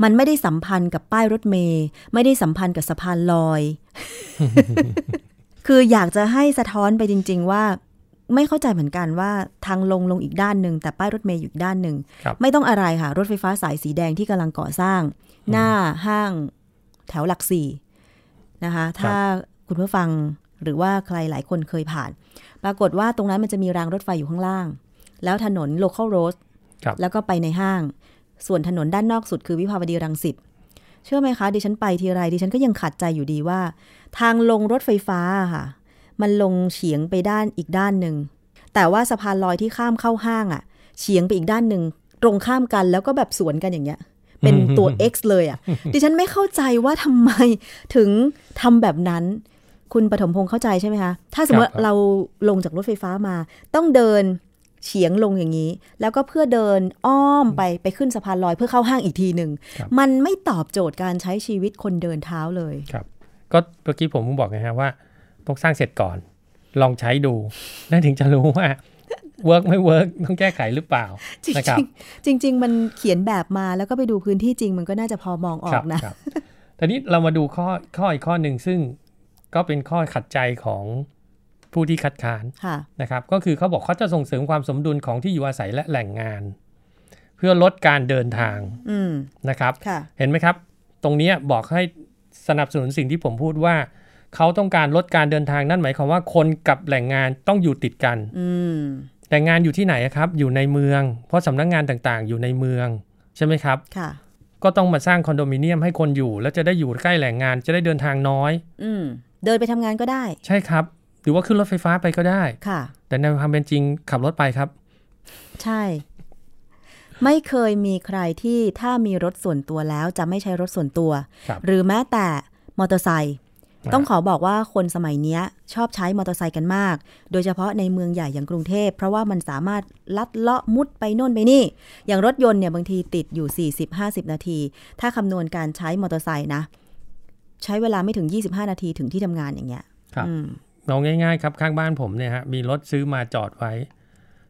[SPEAKER 2] มันไม่ได้สัมพันธ์กับป้ายรถเมย์ไม่ได้สัมพันธ์กับสะพานลอย คืออยากจะให้สะท้อนไปจริง ๆ ว่า ไม่เข้าใจเหมือนกันว่าทางลงลงอีกด้านหนึ่งแต่ป้ายรถเมย์อยู่อีกด้านหนึ่ง
[SPEAKER 3] ครับ
[SPEAKER 2] ไม่ต้องอะไรค่ะ รถไฟฟ้าสายสีแดงที่กำลังก่อสร้าง หน้าห้างแถวหลักสี่นะคะ ถ้าคุณผู้ฟังหรือว่าใครหลายคนเคยผ่าน ปรากฏว่าตรงนั้นมันจะมีรางรถไฟอยู่ข้างล่าง แล้วถนน local road
[SPEAKER 3] ครับ
[SPEAKER 2] แล้วก็ไปในห้าง ส่วนถนนด้านนอกสุดคือวิภาวดีรังสิตเชื่อไหมคะ ดิฉันไปทีไรดิฉันก็ยังขัดใจอยู่ดีว่า ทางลงรถไฟฟ้าอะค่ะ มันลงเฉียงไปด้านอีกด้านหนึ่ง แต่ว่าสะพานลอยที่ข้ามเข้าห้างอะเฉียงไปอีกด้านหนึ่ง ตรงข้ามกันแล้วก็แบบสวนกันอย่างเงี้ย เป็นตัว X เลยอะดิฉันไม่เข้าใจว่าทำไมถึงทำแบบนั้น คุณปฐมพงศ์เข้าใจใช่ไหมคะ ถ้าสมมติ
[SPEAKER 3] ครับ
[SPEAKER 2] เราลงจากรถไฟฟ้ามา ต้องเดินเฉียงลงอย่างนี้ แล้วก็เพื่อเดินอ้อมไปไปขึ้นสะพานลอยเพื่อเข้าห้างอีกทีหนึ่ง
[SPEAKER 3] ครับ
[SPEAKER 2] มันไม่ตอบโจทย์การใช้ชีวิตคนเดินเท้าเลย
[SPEAKER 3] ครับก็เมื่อกี้ผมเพิ่งบอกไงฮะว่าต้องสร้างเสร็จก่อน ลองใช้ดูแล้วถึงจะรู้ว่า เวิร์กไม่เวิร์กต้องแก้ไขหรือเปล่า
[SPEAKER 2] จริง
[SPEAKER 3] นะครับ
[SPEAKER 2] ๆจริง ๆ มันเขียนแบบมาแล้วก็ไปดูพื้นที่จริง มันก็น่าจะพอมองออกนะ
[SPEAKER 3] ครับครับทีนี้เรามาดูข้อข้ออีกข้อหนึ่งซึ่งก็เป็นข้อขัดใจของผู้ที่คัดค้าน
[SPEAKER 2] ค่ะ
[SPEAKER 3] นะครับ ก็คือเขาบอกเขาจะส่งเสริมความสมดุลของที่อยู่อาศัยและแหล่งงาน เพื่อลดการเดินทาง
[SPEAKER 2] อืม
[SPEAKER 3] นะครับ
[SPEAKER 2] ค่ะ
[SPEAKER 3] เห็นไหมครับ ตรงเนี้ยบอกให้สนับสนุนสิ่งที่ผมพูดว่า เขาต้องการลดการเดินทางนั่นหมายความว่าคนกับแหล่งงานต้องอยู่ติดกัน
[SPEAKER 2] อืม
[SPEAKER 3] แหล่งงานอยู่ที่ไหนอะครับ อยู่ในเมือง เพราะสำนักงานต่างๆ อยู่ในเมืองใช่ไหมครับ
[SPEAKER 2] ค่ะ
[SPEAKER 3] ก็ต้องมาสร้างคอนโดมิเนียมให้คนอยู่ แล้วจะได้อยู่ใกล้แหล่งงานจะได้เดินทางน้อย
[SPEAKER 2] อืม เดินไปทำงานก็ได้
[SPEAKER 3] ใช่ครับ หรือว่าขึ้นรถไฟฟ้าไปก็ได้
[SPEAKER 2] ค่ะ
[SPEAKER 3] แต่ในความเป็นจริงขับรถไปครับ
[SPEAKER 2] ใช่ ไม่เคยมีใครที่ถ้ามีรถส่วนตัวแล้วจะไม่ใช้รถส่วนตัว
[SPEAKER 3] ครับ
[SPEAKER 2] หรือแม้แต่มอเตอร์ไซค์
[SPEAKER 3] อ่า
[SPEAKER 2] ต้องขอบอกว่าคนสมัยเนี้ย ชอบใช้มอเตอร์ไซค์กันมาก โดยเฉพาะในเมืองใหญ่อย่างกรุงเทพ เพราะว่ามันสามารถลัดเลาะมุดไปโน่นไปนี่ อย่างรถยนต์เนี่ยบางทีติดอยู่ 40-50 นาที ถ้าคำนวณการใช้มอเตอร์ไซค์นะ ใช้เวลาไม่ถึง 25 นาทีถึงที่ทำงานอย่างเงี้ย
[SPEAKER 3] ครับ
[SPEAKER 2] อืม
[SPEAKER 3] เอาง่ายๆครับข้างบ้านผมเนี่ยฮะมีรถซื้อมาจอดไว้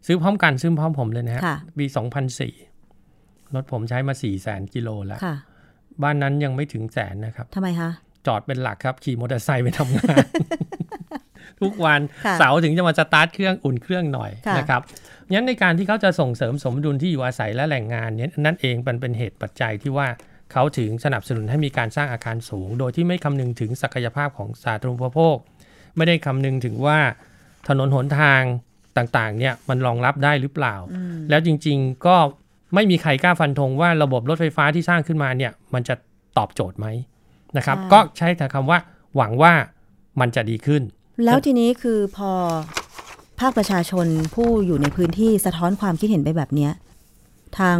[SPEAKER 3] ซื้อพร้อมกันซื้อพร้อมผมเลยนะฮะ
[SPEAKER 2] ค่ะ
[SPEAKER 3] ปี2004รถผมใช้มา4 0 0 0 0กิโลแล้ว
[SPEAKER 2] ค่ะ
[SPEAKER 3] บ้านนั้นยังไม่ถึงแสนนะครับ
[SPEAKER 2] ทำไมคะ
[SPEAKER 3] จอดเป็นหลักครับขี่มอเตอร์ไซค์ไปทำ งาน ทุกวัน
[SPEAKER 2] ค่ะ
[SPEAKER 3] เสาร์ถึงจะมาสตาร์ทเครื่องอุ่นเครื่องหน่อย
[SPEAKER 2] ค่ะ
[SPEAKER 3] นะครับงั้นในการที่เขาจะส่งเสริมสมดุลที่อยู่อาศัยและแหล่งงานเนี้นั่นเองมันเป็นเหตุปัจจัยที่ว่าเขาถึงสนับสนุนให้มีการสร้างอาคารสูง โดยที่ไม่คำนึงถึงศักยภาพของสาธารณูปโภค ไม่ได้คำนึงถึงว่าถนนหนทางต่างๆเนี่ยมันรองรับได้หรือเปล่า แล้วจริงๆก็ไม่มีใครกล้าฟันธงว่าระบบรถไฟฟ้าที่สร้างขึ้นมาเนี่ยมันจะตอบโจทย์ไหมนะครับ
[SPEAKER 2] ใช่
[SPEAKER 3] ก็ใช้แต่คำว่า หวังว่ามันจะดีขึ้น
[SPEAKER 2] แล้วทีนี้คือพอภาคประชาชนผู้อยู่ในพื้นที่สะท้อนความคิดเห็นไปแบบเนี้ยทาง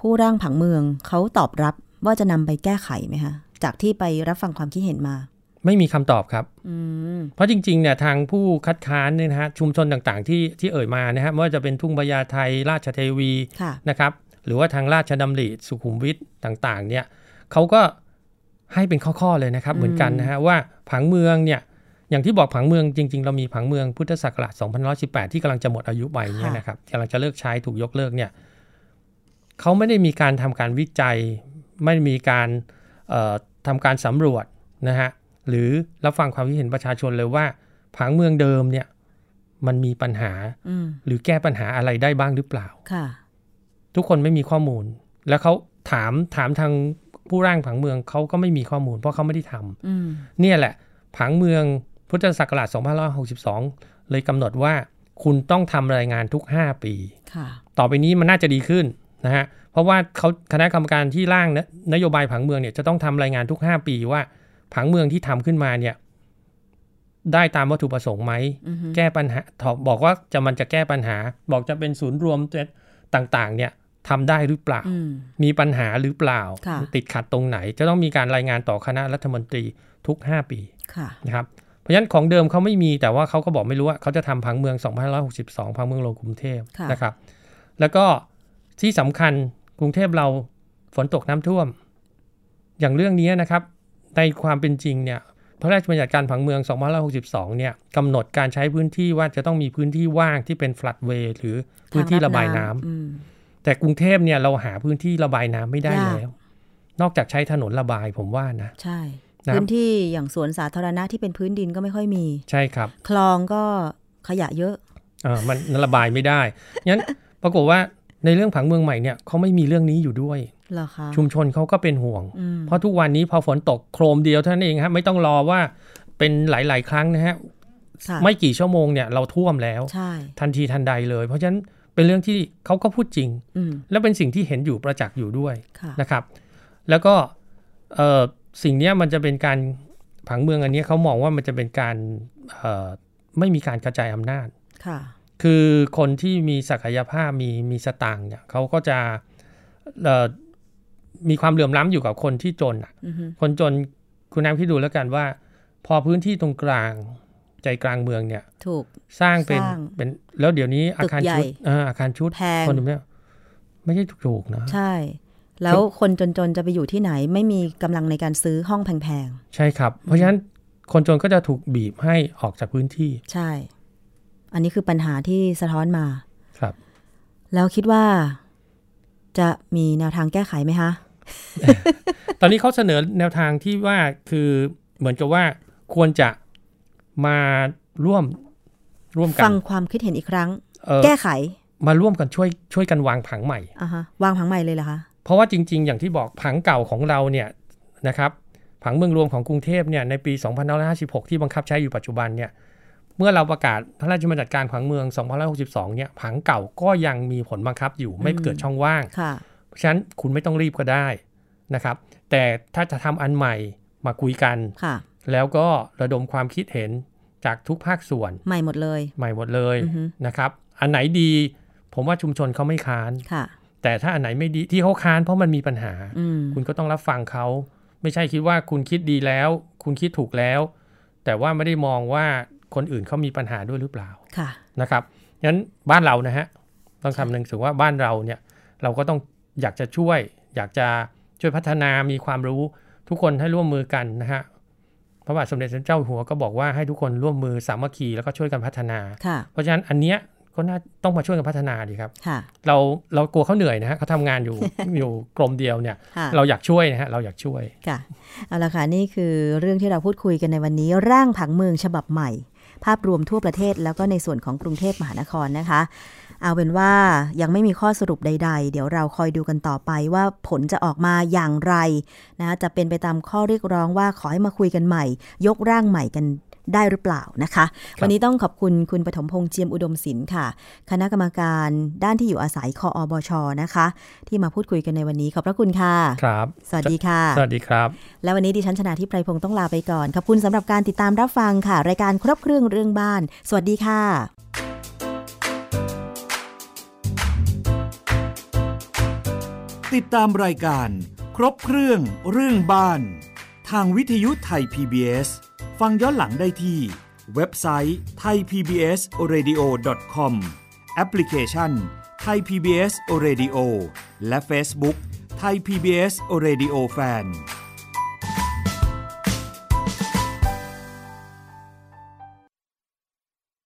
[SPEAKER 2] ผู้ร่างผังเมืองเขาตอบรับว่าจะนำไปแก้ไขไหมคะจากที่ไปรับฟังความคิดเห็นมา
[SPEAKER 3] ไม่มีคำตอบครับ
[SPEAKER 2] อืม
[SPEAKER 3] เพราะจริงๆเนี่ยทางผู้คัดค้านเนี่ยนะฮะชุมชนต่างๆที่ที่เอ่ยมานะฮะไม่ว่าจะเป็นทุ่งพญาไทราชเทวี
[SPEAKER 2] ค่ะ
[SPEAKER 3] นะครับหรือว่าทางราชดำริสุขุมวิทต่างๆเนี่ยเขาก็ให้เป็นข้อๆเลยนะครับ เหมือนกันนะฮะว่าผังเมืองเนี่ยอย่างที่บอกผังเมืองจริง ๆ เรามีผังเมืองพุทธศักราช2518 ที่กำลังจะหมดอายุไปเนี่ยนะครับกำลังจะเลิกใช้ถูกยกเลิกเนี่ยเขาไม่ได้มีการทำการวิจัย ไม่ได้มีการเอ่อทำการสำรวจ นะฮะหรือรับฟังความคิดเห็นประชาชนเลยว่าผังเมืองเดิมเนี่ยมันมีปัญหา
[SPEAKER 2] อืม
[SPEAKER 3] หรือแก้ปัญหาอะไรได้บ้างหรือเปล่า
[SPEAKER 2] ค่ะ
[SPEAKER 3] ทุกคนไม่มีข้อมูล แล้วเขาถามถามทางผู้ร่างผังเมืองเขาก็ไม่มีข้อมูล เพราะเขาไม่ได้ทำ
[SPEAKER 2] อืม
[SPEAKER 3] เนี่ยแหละ ผังเมืองพุทธศักราช2562 เลยกำหนดว่าคุณต้องทำรายงานทุก 5 ปี
[SPEAKER 2] ค่ะ
[SPEAKER 3] ต่อไปนี้มันน่าจะดีขึ้นนะฮะ เพราะว่าเขาคณะกรรมการที่ร่างนะนโยบายผังเมืองเนี่ยจะต้องทำรายงานทุก 5 ปีว่า ผังเมืองที่ทำขึ้นมาเนี่ยได้ตามวัตถุประสงค์ไหม
[SPEAKER 2] อือฮึ
[SPEAKER 3] แก้ปัญหาถอบอกว่าจะมันจะแก้ปัญหา บอกจะเป็นศูนย์รวมต่างๆ เนี่ยทำได้หรือเปล่า
[SPEAKER 2] อืม
[SPEAKER 3] มีปัญหาหรือเปล่า
[SPEAKER 2] ค่ะ
[SPEAKER 3] ติดขัดตรงไหน จะต้องมีการรายงานต่อคณะรัฐมนตรีทุก 5 ปี
[SPEAKER 2] ค่ะ
[SPEAKER 3] นะครับเพราะฉะนั้นของเดิมเขาไม่มีแต่ว่าเขาก็บอกไม่รู้ว่าเขาจะทำพังเมือง 2562 พังเมืองลงกรุงเทพ
[SPEAKER 2] ค่ะ
[SPEAKER 3] นะครับ แล้วก็ที่สำคัญกรุงเทพเราฝนตกน้ำท่วม อย่างเรื่องนี้นะครับ ในความเป็นจริงเนี่ยพระราชบัญญัติการผังเมือง 2562 เนี่ยกำหนดการใช้พื้นที่ว่าจะต้องมีพื้นที่ว่างที่เป็น flat way หรือพื้นที่ระบายน้ำ
[SPEAKER 2] อืม
[SPEAKER 3] แต่กรุงเทพเนี่ยเราหาพื้นที่ระบายน้ำไม่ได้
[SPEAKER 2] ยาก
[SPEAKER 3] แล้ว นอกจากใช้ถนนระบายผมว่านะ
[SPEAKER 2] ใช่
[SPEAKER 3] น้ำ
[SPEAKER 2] พื้นที่อย่างสวนสาธารณะที่เป็นพื้นดินก็ไม่ค่อยมี
[SPEAKER 3] ใช่ครับ
[SPEAKER 2] คลองก็ขยะเยอะ
[SPEAKER 3] อ่ามันระบายไม่ได้ งั้นปรากฏว่าในเรื่องผังเมืองใหม่เนี่ยเขาไม่มีเรื่องนี้อยู่ด้วย
[SPEAKER 2] เหรอคะ
[SPEAKER 3] ชุมชนเขาก็เป็นห่วง
[SPEAKER 2] อืม
[SPEAKER 3] เพราะทุกวันนี้พอฝนตกโครมเดียวเท่านั้นเองฮะไม่ต้องรอว่าเป็นหลาย ๆ ครั้งนะฮะ
[SPEAKER 2] ค่ะ
[SPEAKER 3] ไม่กี่ชั่วโมงเนี่ยเราท่วมแล้ว
[SPEAKER 2] ใช่
[SPEAKER 3] ทันทีทันใดเลย เพราะฉะนั้นเป็นเรื่องที่เขาก็พูดจริง
[SPEAKER 2] อืม
[SPEAKER 3] และเป็นสิ่งที่เห็นอยู่ประจักษ์อยู่ด้วย
[SPEAKER 2] ค่ะ
[SPEAKER 3] นะครับ แล้วก็เอ่อสิ่งเนี้ยมันจะเป็นการผังเมืองอันเนี้ยเขามองว่ามันจะเป็นการเอ่อไม่มีการกระจายอำนาจ
[SPEAKER 2] ค่ะ
[SPEAKER 3] คือคนที่มีศักยภาพมีมีสตางค์เนี่ยเขาก็จะเอ่อมีความเหลื่อมล้ำอยู่กับคนที่จนอะ
[SPEAKER 2] อือฮึ
[SPEAKER 3] คนจนคุณน้ำคิดดูแล้วกันว่า พอพื้นที่ตรงกลางใจกลางเมืองเนี่ย
[SPEAKER 2] ถูก
[SPEAKER 3] สร้างเป็น
[SPEAKER 2] สร้าง
[SPEAKER 3] เป็นแล้วเดี๋ยวนี้อาคารชุด
[SPEAKER 2] ตึกใหญ่
[SPEAKER 3] เอออาคารชุด
[SPEAKER 2] แพง
[SPEAKER 3] คนเนี้ยไม่ใช่ถูกๆนะ
[SPEAKER 2] ใช่ แล้วคนจนๆ จะไปอยู่ที่ไหน ไม่มีกำลังในการซื้อห้องแพง
[SPEAKER 3] ใช่ครับ เพราะฉะนั้นคนจนก็จะถูกบีบให้ออกจากพื้นที่
[SPEAKER 2] ๆ ใช่ อันนี้คือปัญหาที่สะท้อนมา
[SPEAKER 3] ครับ
[SPEAKER 2] แล้วคิดว่า จะมีแนวทางแก้ไขไหมคะ
[SPEAKER 3] ตอนนี้เขาเสนอแนวทางที่ว่าคือเหมือนกับว่าควรจะมาร่วมร่วมกั
[SPEAKER 2] ฟั
[SPEAKER 3] น
[SPEAKER 2] งความคิดเห็นอีกครั้ง
[SPEAKER 3] เอ่อ
[SPEAKER 2] แก้ไข
[SPEAKER 3] มาร่วมกันช่วยช่วยกันวางผังใหม่
[SPEAKER 2] อ่ะฮะ วางผังใหม่เลยเหรอคะ
[SPEAKER 3] เพราะว่าจริง ๆ อย่างที่บอกผังเก่าของเราเนี่ยนะครับผังเมืองรวมของกรุงเทพเนี่ยในปี2556 ที่บังคับใช้อยู่ปัจจุบันเนี่ยเมื่อเราประกาศพระราชบัญญัติการผังเมือง2562เนี่ยผังเก่าก็ยังมีผลบังคับอยู่ไม่เกิดช่องว่าง
[SPEAKER 2] ค่ะ
[SPEAKER 3] เพราะฉะนั้นคุณไม่ต้องรีบก็ได้นะครับ แต่ถ้าจะทำอันใหม่มาคุยกัน
[SPEAKER 2] ค่ะ
[SPEAKER 3] แล้วก็ระดมความคิดเห็นจากทุกภาคส่วน
[SPEAKER 2] ใหม่หมดเลย
[SPEAKER 3] ใหม่หมดเลย
[SPEAKER 2] อือฮึ
[SPEAKER 3] นะครับ อันไหนดี ผมว่าชุมชนเขาไม่ค้าน
[SPEAKER 2] ค่ะ
[SPEAKER 3] แต่ถ้าอันไหนไม่ดีที่เขาค้านเพราะมันมีปัญหา
[SPEAKER 2] อืม
[SPEAKER 3] คุณก็ต้องรับฟังเขา ไม่ใช่คิดว่าคุณคิดดีแล้ว คุณคิดถูกแล้ว แต่ว่าไม่ได้มองว่าคนอื่นเขามีปัญหาด้วยหรือเปล่า
[SPEAKER 2] ค่ะ
[SPEAKER 3] นะครับงั้นบ้านเรานะฮะต้องคำนึงถึงว่าบ้านเราเนี่ยเราก็ต้องอยากจะช่วย อยากจะช่วยพัฒนามีความรู้ทุกคนให้ร่วมมือกันนะฮะพระบาทสมเด็จพระเจ้าอยู่หัวก็บอกว่าให้ทุกคนร่วมมือสามัคคีแล้วก็ช่วยกันพัฒนา
[SPEAKER 2] ค่ะ
[SPEAKER 3] เพราะฉะนั้นอันเนี้ยก็น่าต้องมาช่วยกันพัฒนาดีครับ
[SPEAKER 2] ค่ะ
[SPEAKER 3] เราเรากลัวเขาเหนื่อยนะฮะเขาทำงานอยู่ อยู่กรมเดียวเนี่ย
[SPEAKER 2] ค่ะ
[SPEAKER 3] เราอยากช่วยนะฮะเราอยากช่วย
[SPEAKER 2] ค่ะเอาละค่ะนี่คือเรื่องที่เราพูดคุยกันในวันนี้ ร่างผังเมืองฉบับใหม่ ภาพรวมทั่วประเทศแล้วก็ในส่วนของกรุงเทพมหานครนะคะ เอาเป็นว่ายังไม่มีข้อสรุปใด ๆ เดี๋ยวเราคอยดูกันต่อไปว่าผลจะออกมาอย่างไรนะจะเป็นไปตามข้อเรียกร้องว่าขอให้มาคุยกันใหม่ ยกร่างใหม่กัน ได้หรือเปล่านะคะ วันนี้ต้องขอบคุณคุณปฐมพงษ์เจียมอุดมศิลป์ค่ะ คณะกรรมการด้านที่อยู่อาศัยคออบชนะคะ ที่มาพูดคุยกันในวันนี้ขอบพระคุณค่ะ
[SPEAKER 3] ครับ
[SPEAKER 2] สวัสดีค่ะ
[SPEAKER 3] สวัสดีครับ
[SPEAKER 2] และวันนี้ดิฉันชนะทิพไพรพงศ์ต้องลาไปก่อน ขอบคุณสำหรับการติดตามรับฟังค่ะ รายการครบเครื่องเรื่องบ้าน สวัสดีค่ะ
[SPEAKER 1] ติดตามรายการ ครบเครื่องเรื่องบ้าน ทางวิทยุไทย PBS ฟังย้อนหลังได้ที่ เว็บไซต์ thaipbsradio.com แอปพลิเคชัน Thai PBS Radio และ Facebook Thai PBS Radio Fan